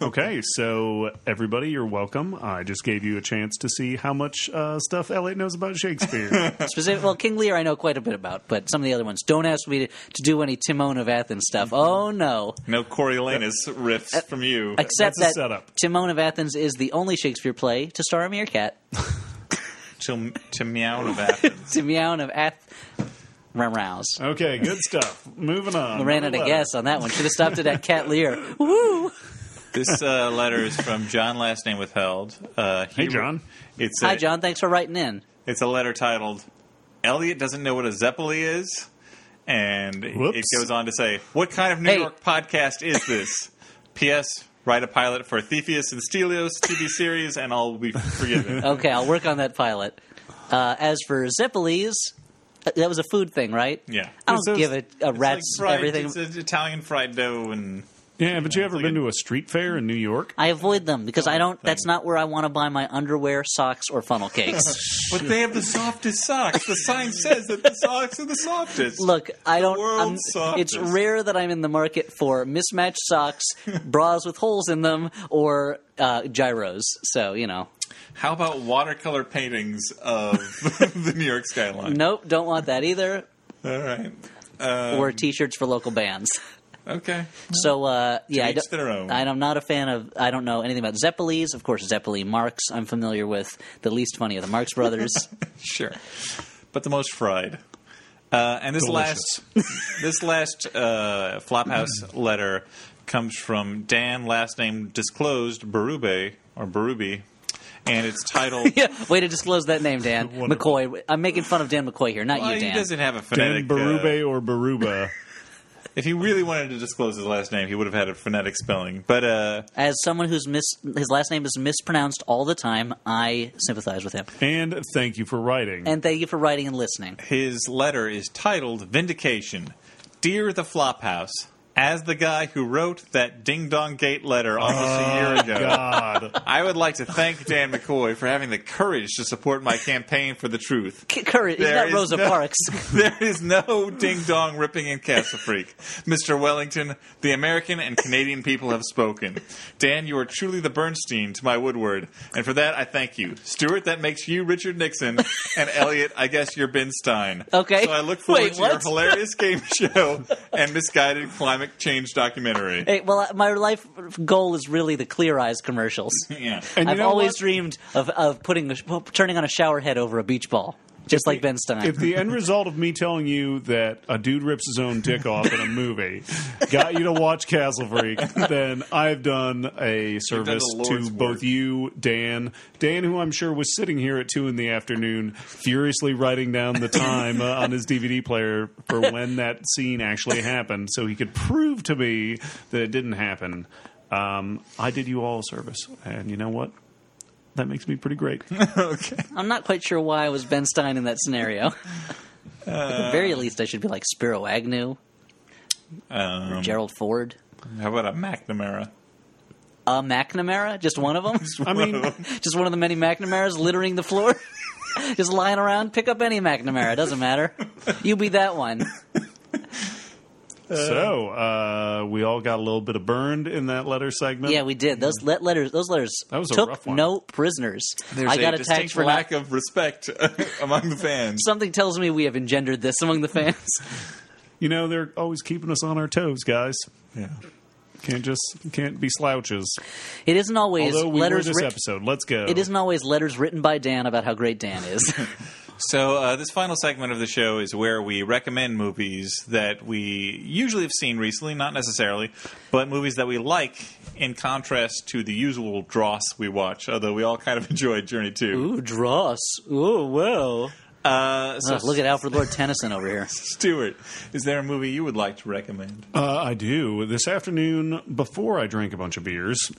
Speaker 2: Okay, so everybody, you're welcome. I just gave you a chance to see how much uh, stuff Elliot knows about Shakespeare.
Speaker 3: Specific, well, King Lear I know quite a bit about, but some of the other ones. Don't ask me to, to do any Timon of Athens stuff. Oh, no.
Speaker 1: no Coriolanus
Speaker 3: Uh,
Speaker 1: riffs from you.
Speaker 3: Except
Speaker 2: That's a
Speaker 3: that
Speaker 2: setup.
Speaker 3: Timon of Athens is the only Shakespeare play to star a meerkat.
Speaker 1: to, to meow of Athens.
Speaker 3: Timon of Ath- Rouse.
Speaker 2: okay, good stuff. Moving on.
Speaker 3: Ran out of
Speaker 2: Another
Speaker 3: gas on that one. Should have stopped it at Cat Lear. Woo!
Speaker 1: This uh, letter is from John, last name withheld. Uh, he-
Speaker 2: Hey, John.
Speaker 1: It's a,
Speaker 3: Hi, John. Thanks for writing in.
Speaker 1: It's a letter titled "Elliot doesn't know what a zeppeli is," and it
Speaker 2: Whoops.
Speaker 1: goes on to say, "What kind of New
Speaker 3: Hey.
Speaker 1: York podcast is this?" P.S. Write a pilot for Theseus and Stelios TV series, and I'll be forgiven.
Speaker 3: Okay, I'll work on that pilot. Uh, as for Zeppelis, that was a food thing, right?
Speaker 1: Yeah.
Speaker 3: I
Speaker 2: It's
Speaker 3: don't
Speaker 2: those-
Speaker 3: give a, a
Speaker 1: It's
Speaker 3: rat's
Speaker 1: like fried,
Speaker 3: everything.
Speaker 1: It's an Italian fried dough and.
Speaker 2: one. Yeah, haven't you ever
Speaker 1: like
Speaker 2: been
Speaker 1: a-
Speaker 2: to a street fair in New York?
Speaker 3: I avoid them because I don't. That's not where I want to buy my underwear, socks, or funnel cakes.
Speaker 1: But they have the softest socks. The sign says that the socks are the softest.
Speaker 3: Look, I don't.
Speaker 1: world's
Speaker 3: I'm- it's
Speaker 1: softest.
Speaker 3: rare that I'm in the market for mismatched socks, bras with holes in them, or uh, gyros. So you know,
Speaker 1: How about watercolor paintings of the New York skyline?
Speaker 3: nope, don't want that either.
Speaker 1: All right. Um,
Speaker 3: or t-shirts for local bands.
Speaker 1: Okay.
Speaker 3: So uh, yeah, I
Speaker 1: each
Speaker 3: don't-
Speaker 1: their own.
Speaker 3: and I'm not a fan of. I don't know anything about Zeppelis. Of course, Zeppeli Marx. I'm familiar with the least funny of the Marx Brothers.
Speaker 1: Sure. But the most fried. Uh, and this
Speaker 2: Delicious.
Speaker 1: last this last uh, Flophouse letter comes from Dan, last name disclosed, Barube or Barube, and it's titled.
Speaker 3: yeah, way to disclose that name, Dan
Speaker 2: Wonderful.
Speaker 3: McCoy. I'm making fun of Dan McCoy here, not
Speaker 1: Well,
Speaker 3: you,
Speaker 1: he
Speaker 3: Dan.
Speaker 1: doesn't have a phonetic.
Speaker 2: Dan
Speaker 1: uh,
Speaker 2: Barube or Baruba.
Speaker 1: if he really wanted to disclose his last name, he would have had a phonetic spelling. But uh,
Speaker 3: As someone who's mis his last name is mispronounced all the time, I sympathize with him.
Speaker 2: and thank you for writing.
Speaker 3: And thank you for writing and listening.
Speaker 1: His letter is titled Vindication. Dear the Flophouse, as the guy who wrote that Ding Dong Gate letter almost a
Speaker 2: Ah,
Speaker 1: year ago.
Speaker 2: God.
Speaker 1: I would like to thank Dan McCoy for having the courage to support my campaign for the truth.
Speaker 3: C- Courage. He's
Speaker 1: There
Speaker 3: not
Speaker 1: is
Speaker 3: Rosa
Speaker 1: no-
Speaker 3: Parks.
Speaker 1: There is no ding dong ripping in Castle Freak. Mr. Wellington, the American and Canadian people have spoken. Dan, you are truly the Bernstein to my Woodward, and for that I thank you. Stuart, that makes you Richard Nixon, and Elliot, I guess you're Ben Stein.
Speaker 3: Okay.
Speaker 1: So I look forward
Speaker 3: Wait,
Speaker 1: to your
Speaker 3: what?
Speaker 1: hilarious game show and misguided climate change documentary.
Speaker 3: Hey, well, uh, my life goal is really the Clear Eyes commercials.
Speaker 1: Yeah.
Speaker 2: And you
Speaker 3: I've
Speaker 2: know
Speaker 3: always
Speaker 2: what?
Speaker 3: dreamed of, of putting a, sh- turning on a shower head over a beach ball, just like Ben Stein.
Speaker 2: If the end result of me telling you that a dude rips his own dick off in a movie got you to watch Castle Freak, then I've done a service
Speaker 1: Lord's
Speaker 2: to both
Speaker 1: work.
Speaker 2: you, Dan, Dan, who I'm sure was sitting here at two in the afternoon, furiously writing down the time uh, on his DVD player for when that scene actually happened, so he could prove to me that it didn't happen. Um, I did you all a service, and you know what? That makes me pretty great.
Speaker 3: I'm not quite sure why I was Ben Stein in that scenario. At the
Speaker 2: Uh.
Speaker 3: very least, I should be like Spiro Agnew,
Speaker 1: Um,
Speaker 3: Gerald Ford,
Speaker 1: how about a McNamara?
Speaker 3: a McNamara, just one of them,
Speaker 2: I mean,
Speaker 3: just one of the many McNamaras littering the floor, just lying around. Pick up any McNamara, doesn't matter. You be that one.
Speaker 2: So uh, we all got a little bit of burned in that letter segment.
Speaker 3: Yeah, we did. Those let letters, those letters
Speaker 2: That was a
Speaker 3: took
Speaker 2: rough one.
Speaker 3: no prisoners.
Speaker 1: There's
Speaker 3: I got
Speaker 1: a
Speaker 3: attacked
Speaker 1: distinct
Speaker 3: for not-
Speaker 1: lack of respect uh, among the fans.
Speaker 3: Something tells me we have engendered this among the fans.
Speaker 2: you know they're always keeping us on our toes, guys.
Speaker 1: Yeah.
Speaker 2: Can't just can't be slouches.
Speaker 3: It isn't always
Speaker 2: Although we were
Speaker 3: letters.
Speaker 2: this
Speaker 3: writ-
Speaker 2: episode, let's go.
Speaker 3: it isn't always letters written by Dan about how great Dan is.
Speaker 1: So uh, this final segment of the show is where we recommend movies that we usually have seen recently, not necessarily, but movies that we like in contrast to the usual dross we watch. Although we all kind of enjoyed Journey Two.
Speaker 3: Ooh, dross. Ooh, well.
Speaker 1: Uh, so
Speaker 3: look at Alfred Lord Tennyson over here.
Speaker 1: Stuart, is there a movie you would like to recommend?
Speaker 2: Uh, I do. This afternoon, before I drank a bunch of beers,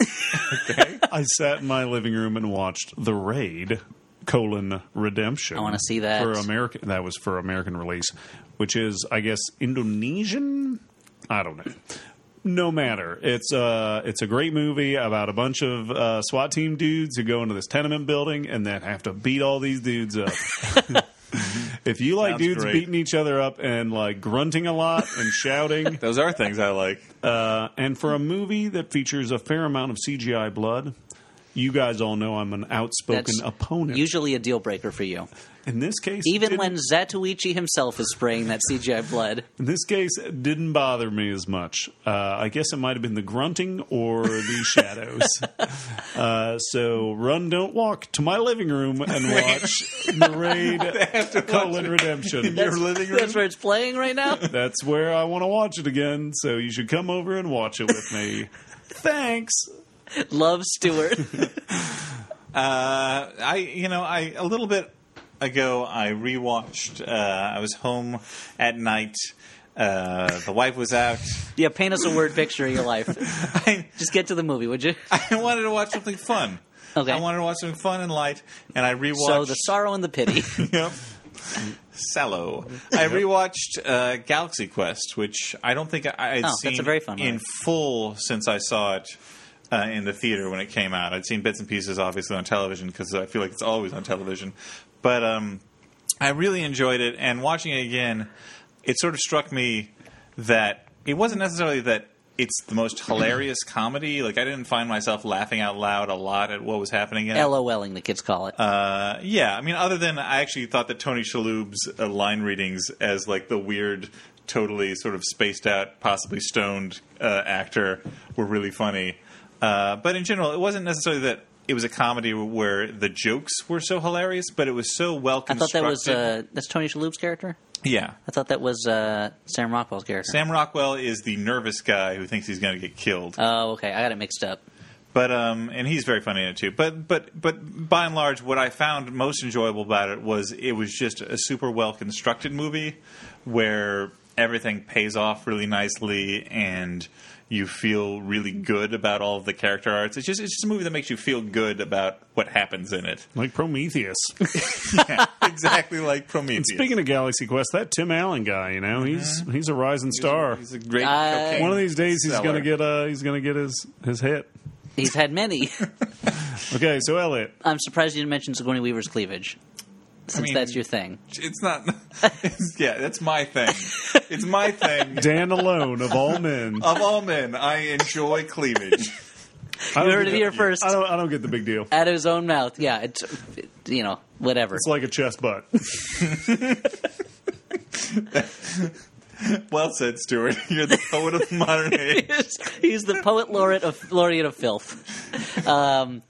Speaker 2: I sat in my living room and watched The Raid: colon Redemption. I
Speaker 3: wanna see that.
Speaker 2: for American. That was for American release, which is, I guess, Indonesian. I don't know. No matter. It's uh it's a great movie about a bunch of uh, SWAT team dudes who go into this tenement building and then have to beat all these dudes up. if you like
Speaker 1: Sounds
Speaker 2: dudes
Speaker 1: great.
Speaker 2: beating each other up and like grunting a lot and shouting,
Speaker 1: Those are things I like.
Speaker 2: uh, and for a movie that features a fair amount of CGI blood, you guys all know I'm an outspoken
Speaker 3: That's
Speaker 2: opponent.
Speaker 3: usually a deal breaker for you.
Speaker 2: in this case,
Speaker 3: Even
Speaker 2: didn't-
Speaker 3: when Zatoichi himself is spraying that CGI blood.
Speaker 2: in this case it didn't bother me as much. Uh, I guess it might have been the grunting or the shadows. Uh, so run, don't walk to my living room and watch the raid colon redemption.
Speaker 1: Your living room?
Speaker 3: That's where it's playing right now.
Speaker 2: That's where I want to watch it again. So you should come over and watch it with me. Thanks.
Speaker 3: Love Stewart.
Speaker 1: Uh, I, you know, I a little bit ago I rewatched. Uh, I was home at night. Uh, the wife was out.
Speaker 3: Yeah, paint us a word picture of your life.
Speaker 1: I,
Speaker 3: Just get to the movie, would you?
Speaker 1: I wanted to watch something fun.
Speaker 3: Okay.
Speaker 1: I wanted to watch something fun and light, and I rewatched.
Speaker 3: So the sorrow and the pity.
Speaker 1: yep. Sallow. I rewatched uh, Galaxy Quest, which I don't think I, I'd
Speaker 3: Oh, that's
Speaker 1: seen
Speaker 3: a very fun
Speaker 1: in
Speaker 3: one.
Speaker 1: full since I saw it uh, in the theater when it came out. I'd seen bits and pieces, obviously, on television because I feel like it's always on television. But um, I really enjoyed it, and watching it again, it sort of struck me that it wasn't necessarily that it's the most hilarious comedy. Like I didn't find myself laughing out loud a lot at what was happening. in it.
Speaker 3: LOLing, the kids call it.
Speaker 1: Uh, yeah, I mean, other than I actually thought that Tony Shalhoub's uh, line readings as like the weird, totally sort of spaced out, possibly stoned uh, actor were really funny. Uh, but in general, it wasn't necessarily that it was a comedy where the jokes were so hilarious, but it was so well
Speaker 3: I thought
Speaker 1: constructed.
Speaker 3: that was uh, that's Tony Shalhoub's character.
Speaker 1: yeah.
Speaker 3: I thought that was uh, Sam Rockwell's character.
Speaker 1: Sam Rockwell is the nervous guy who thinks he's going to get killed.
Speaker 3: Oh, okay. I got it mixed up.
Speaker 1: But um, and he's very funny in it too. But but but by and large, what I found most enjoyable about it was it was just a super well constructed movie where everything pays off really nicely and you feel really good about all of the character arts. It's just it's just a movie that makes you feel good about what happens in it.
Speaker 2: Like Prometheus.
Speaker 1: exactly like Prometheus.
Speaker 2: Speaking of Galaxy Quest, that Tim Allen guy, you know, he's
Speaker 3: Uh-huh.
Speaker 2: he's a rising star.
Speaker 1: He's a great
Speaker 3: I-
Speaker 1: cocaine
Speaker 2: One of these days, he's
Speaker 1: seller.
Speaker 2: gonna get uh he's gonna get his his hit.
Speaker 3: He's had many.
Speaker 2: Okay, so Elliot,
Speaker 3: I'm surprised you didn't mention Sigourney Weaver's cleavage, since
Speaker 1: mean-
Speaker 3: that's your thing.
Speaker 1: It's not. It's, yeah, that's my thing. It's my thing.
Speaker 2: Dan alone of all men,
Speaker 1: Of all men, I enjoy cleavage.
Speaker 2: I don't
Speaker 3: You heard
Speaker 2: get
Speaker 3: it
Speaker 2: the-
Speaker 3: here first.
Speaker 2: I don't I don't get the big deal.
Speaker 3: Out of his own mouth. Yeah, it's, it- you know, whatever.
Speaker 2: It's like a chest butt.
Speaker 1: Well said, Stuart. You're the poet of the modern age.
Speaker 3: He's the poet laureate of, laureate of filth. Um,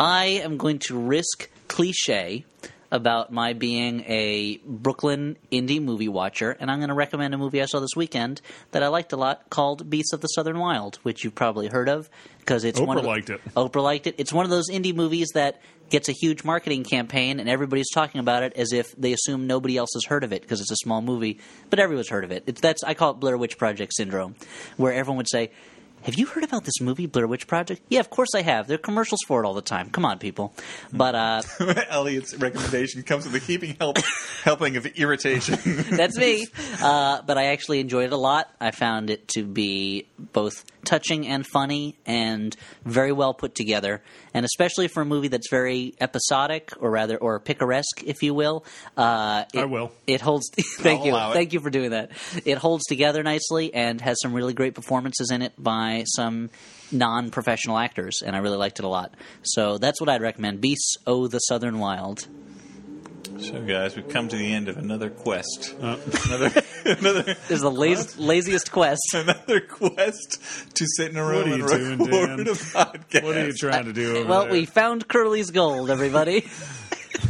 Speaker 3: I am going to risk cliche about my being a Brooklyn indie movie watcher, and I'm going to recommend a movie I saw this weekend that I liked a lot called Beasts of the Southern Wild, which you've probably heard of because it's one
Speaker 2: Oprah
Speaker 3: of the-
Speaker 2: liked it.
Speaker 3: Oprah liked it. It's one of those indie movies that gets a huge marketing campaign, and everybody's talking about it as if they assume nobody else has heard of it because it's a small movie. But everyone's heard of it. It's, that's I call it Blair Witch Project syndrome, where everyone would say, "Have you heard about this movie, Blair Witch Project?" Yeah, of course I have. There are commercials for it all the time. Come on, people. But uh,
Speaker 1: Elliot's recommendation comes with a heaping help, helping of irritation.
Speaker 3: That's me. Uh, but I actually enjoyed it a lot. I found it to be both touching and funny and very well put together. And especially for a movie that's very episodic, or rather, or picaresque, if you will. Uh, it,
Speaker 2: I will.
Speaker 3: It holds. thank
Speaker 1: I'll
Speaker 3: you.
Speaker 1: allow it.
Speaker 3: Thank you for doing that. It holds together nicely and has some really great performances in it by some non-professional actors, and I really liked it a lot. So that's what I'd recommend. Beasts, O the Southern Wild.
Speaker 1: So, guys, we've come to the end of another quest.
Speaker 2: Uh,
Speaker 1: Another, another,
Speaker 3: This is the laz- laziest quest.
Speaker 1: another quest to sit in a
Speaker 2: What
Speaker 1: room
Speaker 2: are
Speaker 1: and
Speaker 2: you doing,
Speaker 1: record
Speaker 2: Dan?
Speaker 1: a podcast.
Speaker 2: what are you trying to do? Over
Speaker 3: Well,
Speaker 2: there?
Speaker 3: we found Curly's gold, everybody.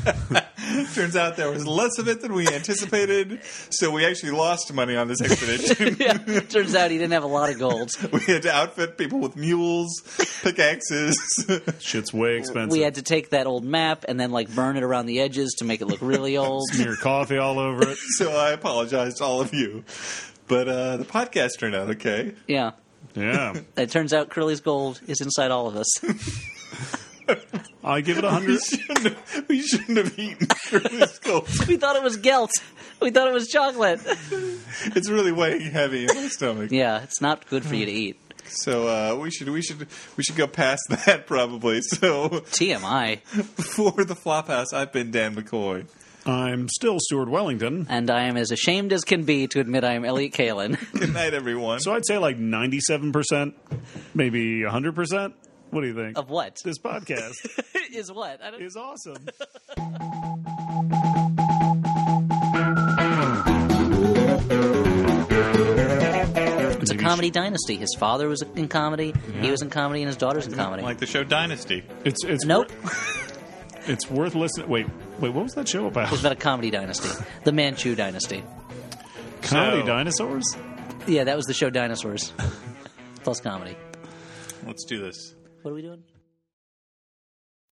Speaker 1: Turns out there was less of it than we anticipated, so we actually lost money on this expedition.
Speaker 3: Yeah, Turns out he didn't have a lot of gold.
Speaker 1: we had to outfit people with mules, pickaxes.
Speaker 2: shit's way expensive.
Speaker 3: We had to take that old map and then like burn it around the edges to make it look really old.
Speaker 2: smear coffee all over it.
Speaker 1: so I apologize to all of you. But uh, the podcast turned out okay.
Speaker 3: Yeah.
Speaker 2: Yeah,
Speaker 3: It turns out Curly's gold is inside all of us.
Speaker 2: I give it a
Speaker 1: We
Speaker 2: hundred.
Speaker 1: shouldn't have, we shouldn't have eaten Curly's Gold.
Speaker 3: We thought it was gelt. We thought it was chocolate.
Speaker 1: It's really weighing heavy in my stomach.
Speaker 3: Yeah, it's not good for you to eat.
Speaker 1: So uh, we should we should we should go past that probably. So
Speaker 3: TMI.
Speaker 1: for the Flophouse, I've been Dan McCoy.
Speaker 2: I'm still Stuart Wellington.
Speaker 3: And I am as ashamed as can be to admit I am Elliot Kalin.
Speaker 1: Good night, everyone.
Speaker 2: So I'd say like 97%, maybe 100%. What do you think?
Speaker 3: Of what?
Speaker 2: This podcast
Speaker 3: Is what? I don't
Speaker 2: is awesome.
Speaker 3: It's a comedy dynasty. His father was in comedy. He was in comedy, and his daughter's in comedy.
Speaker 1: Like the show Dynasty.
Speaker 2: It's it's
Speaker 3: nope.
Speaker 2: it's worth listening. Wait, wait, what was that show about?
Speaker 3: It's about a comedy dynasty. The Manchu dynasty.
Speaker 2: Comedy
Speaker 1: So-
Speaker 2: dinosaurs?
Speaker 3: Yeah, that was the show Dinosaurs. Plus comedy.
Speaker 1: Let's do this.
Speaker 3: What are we doing?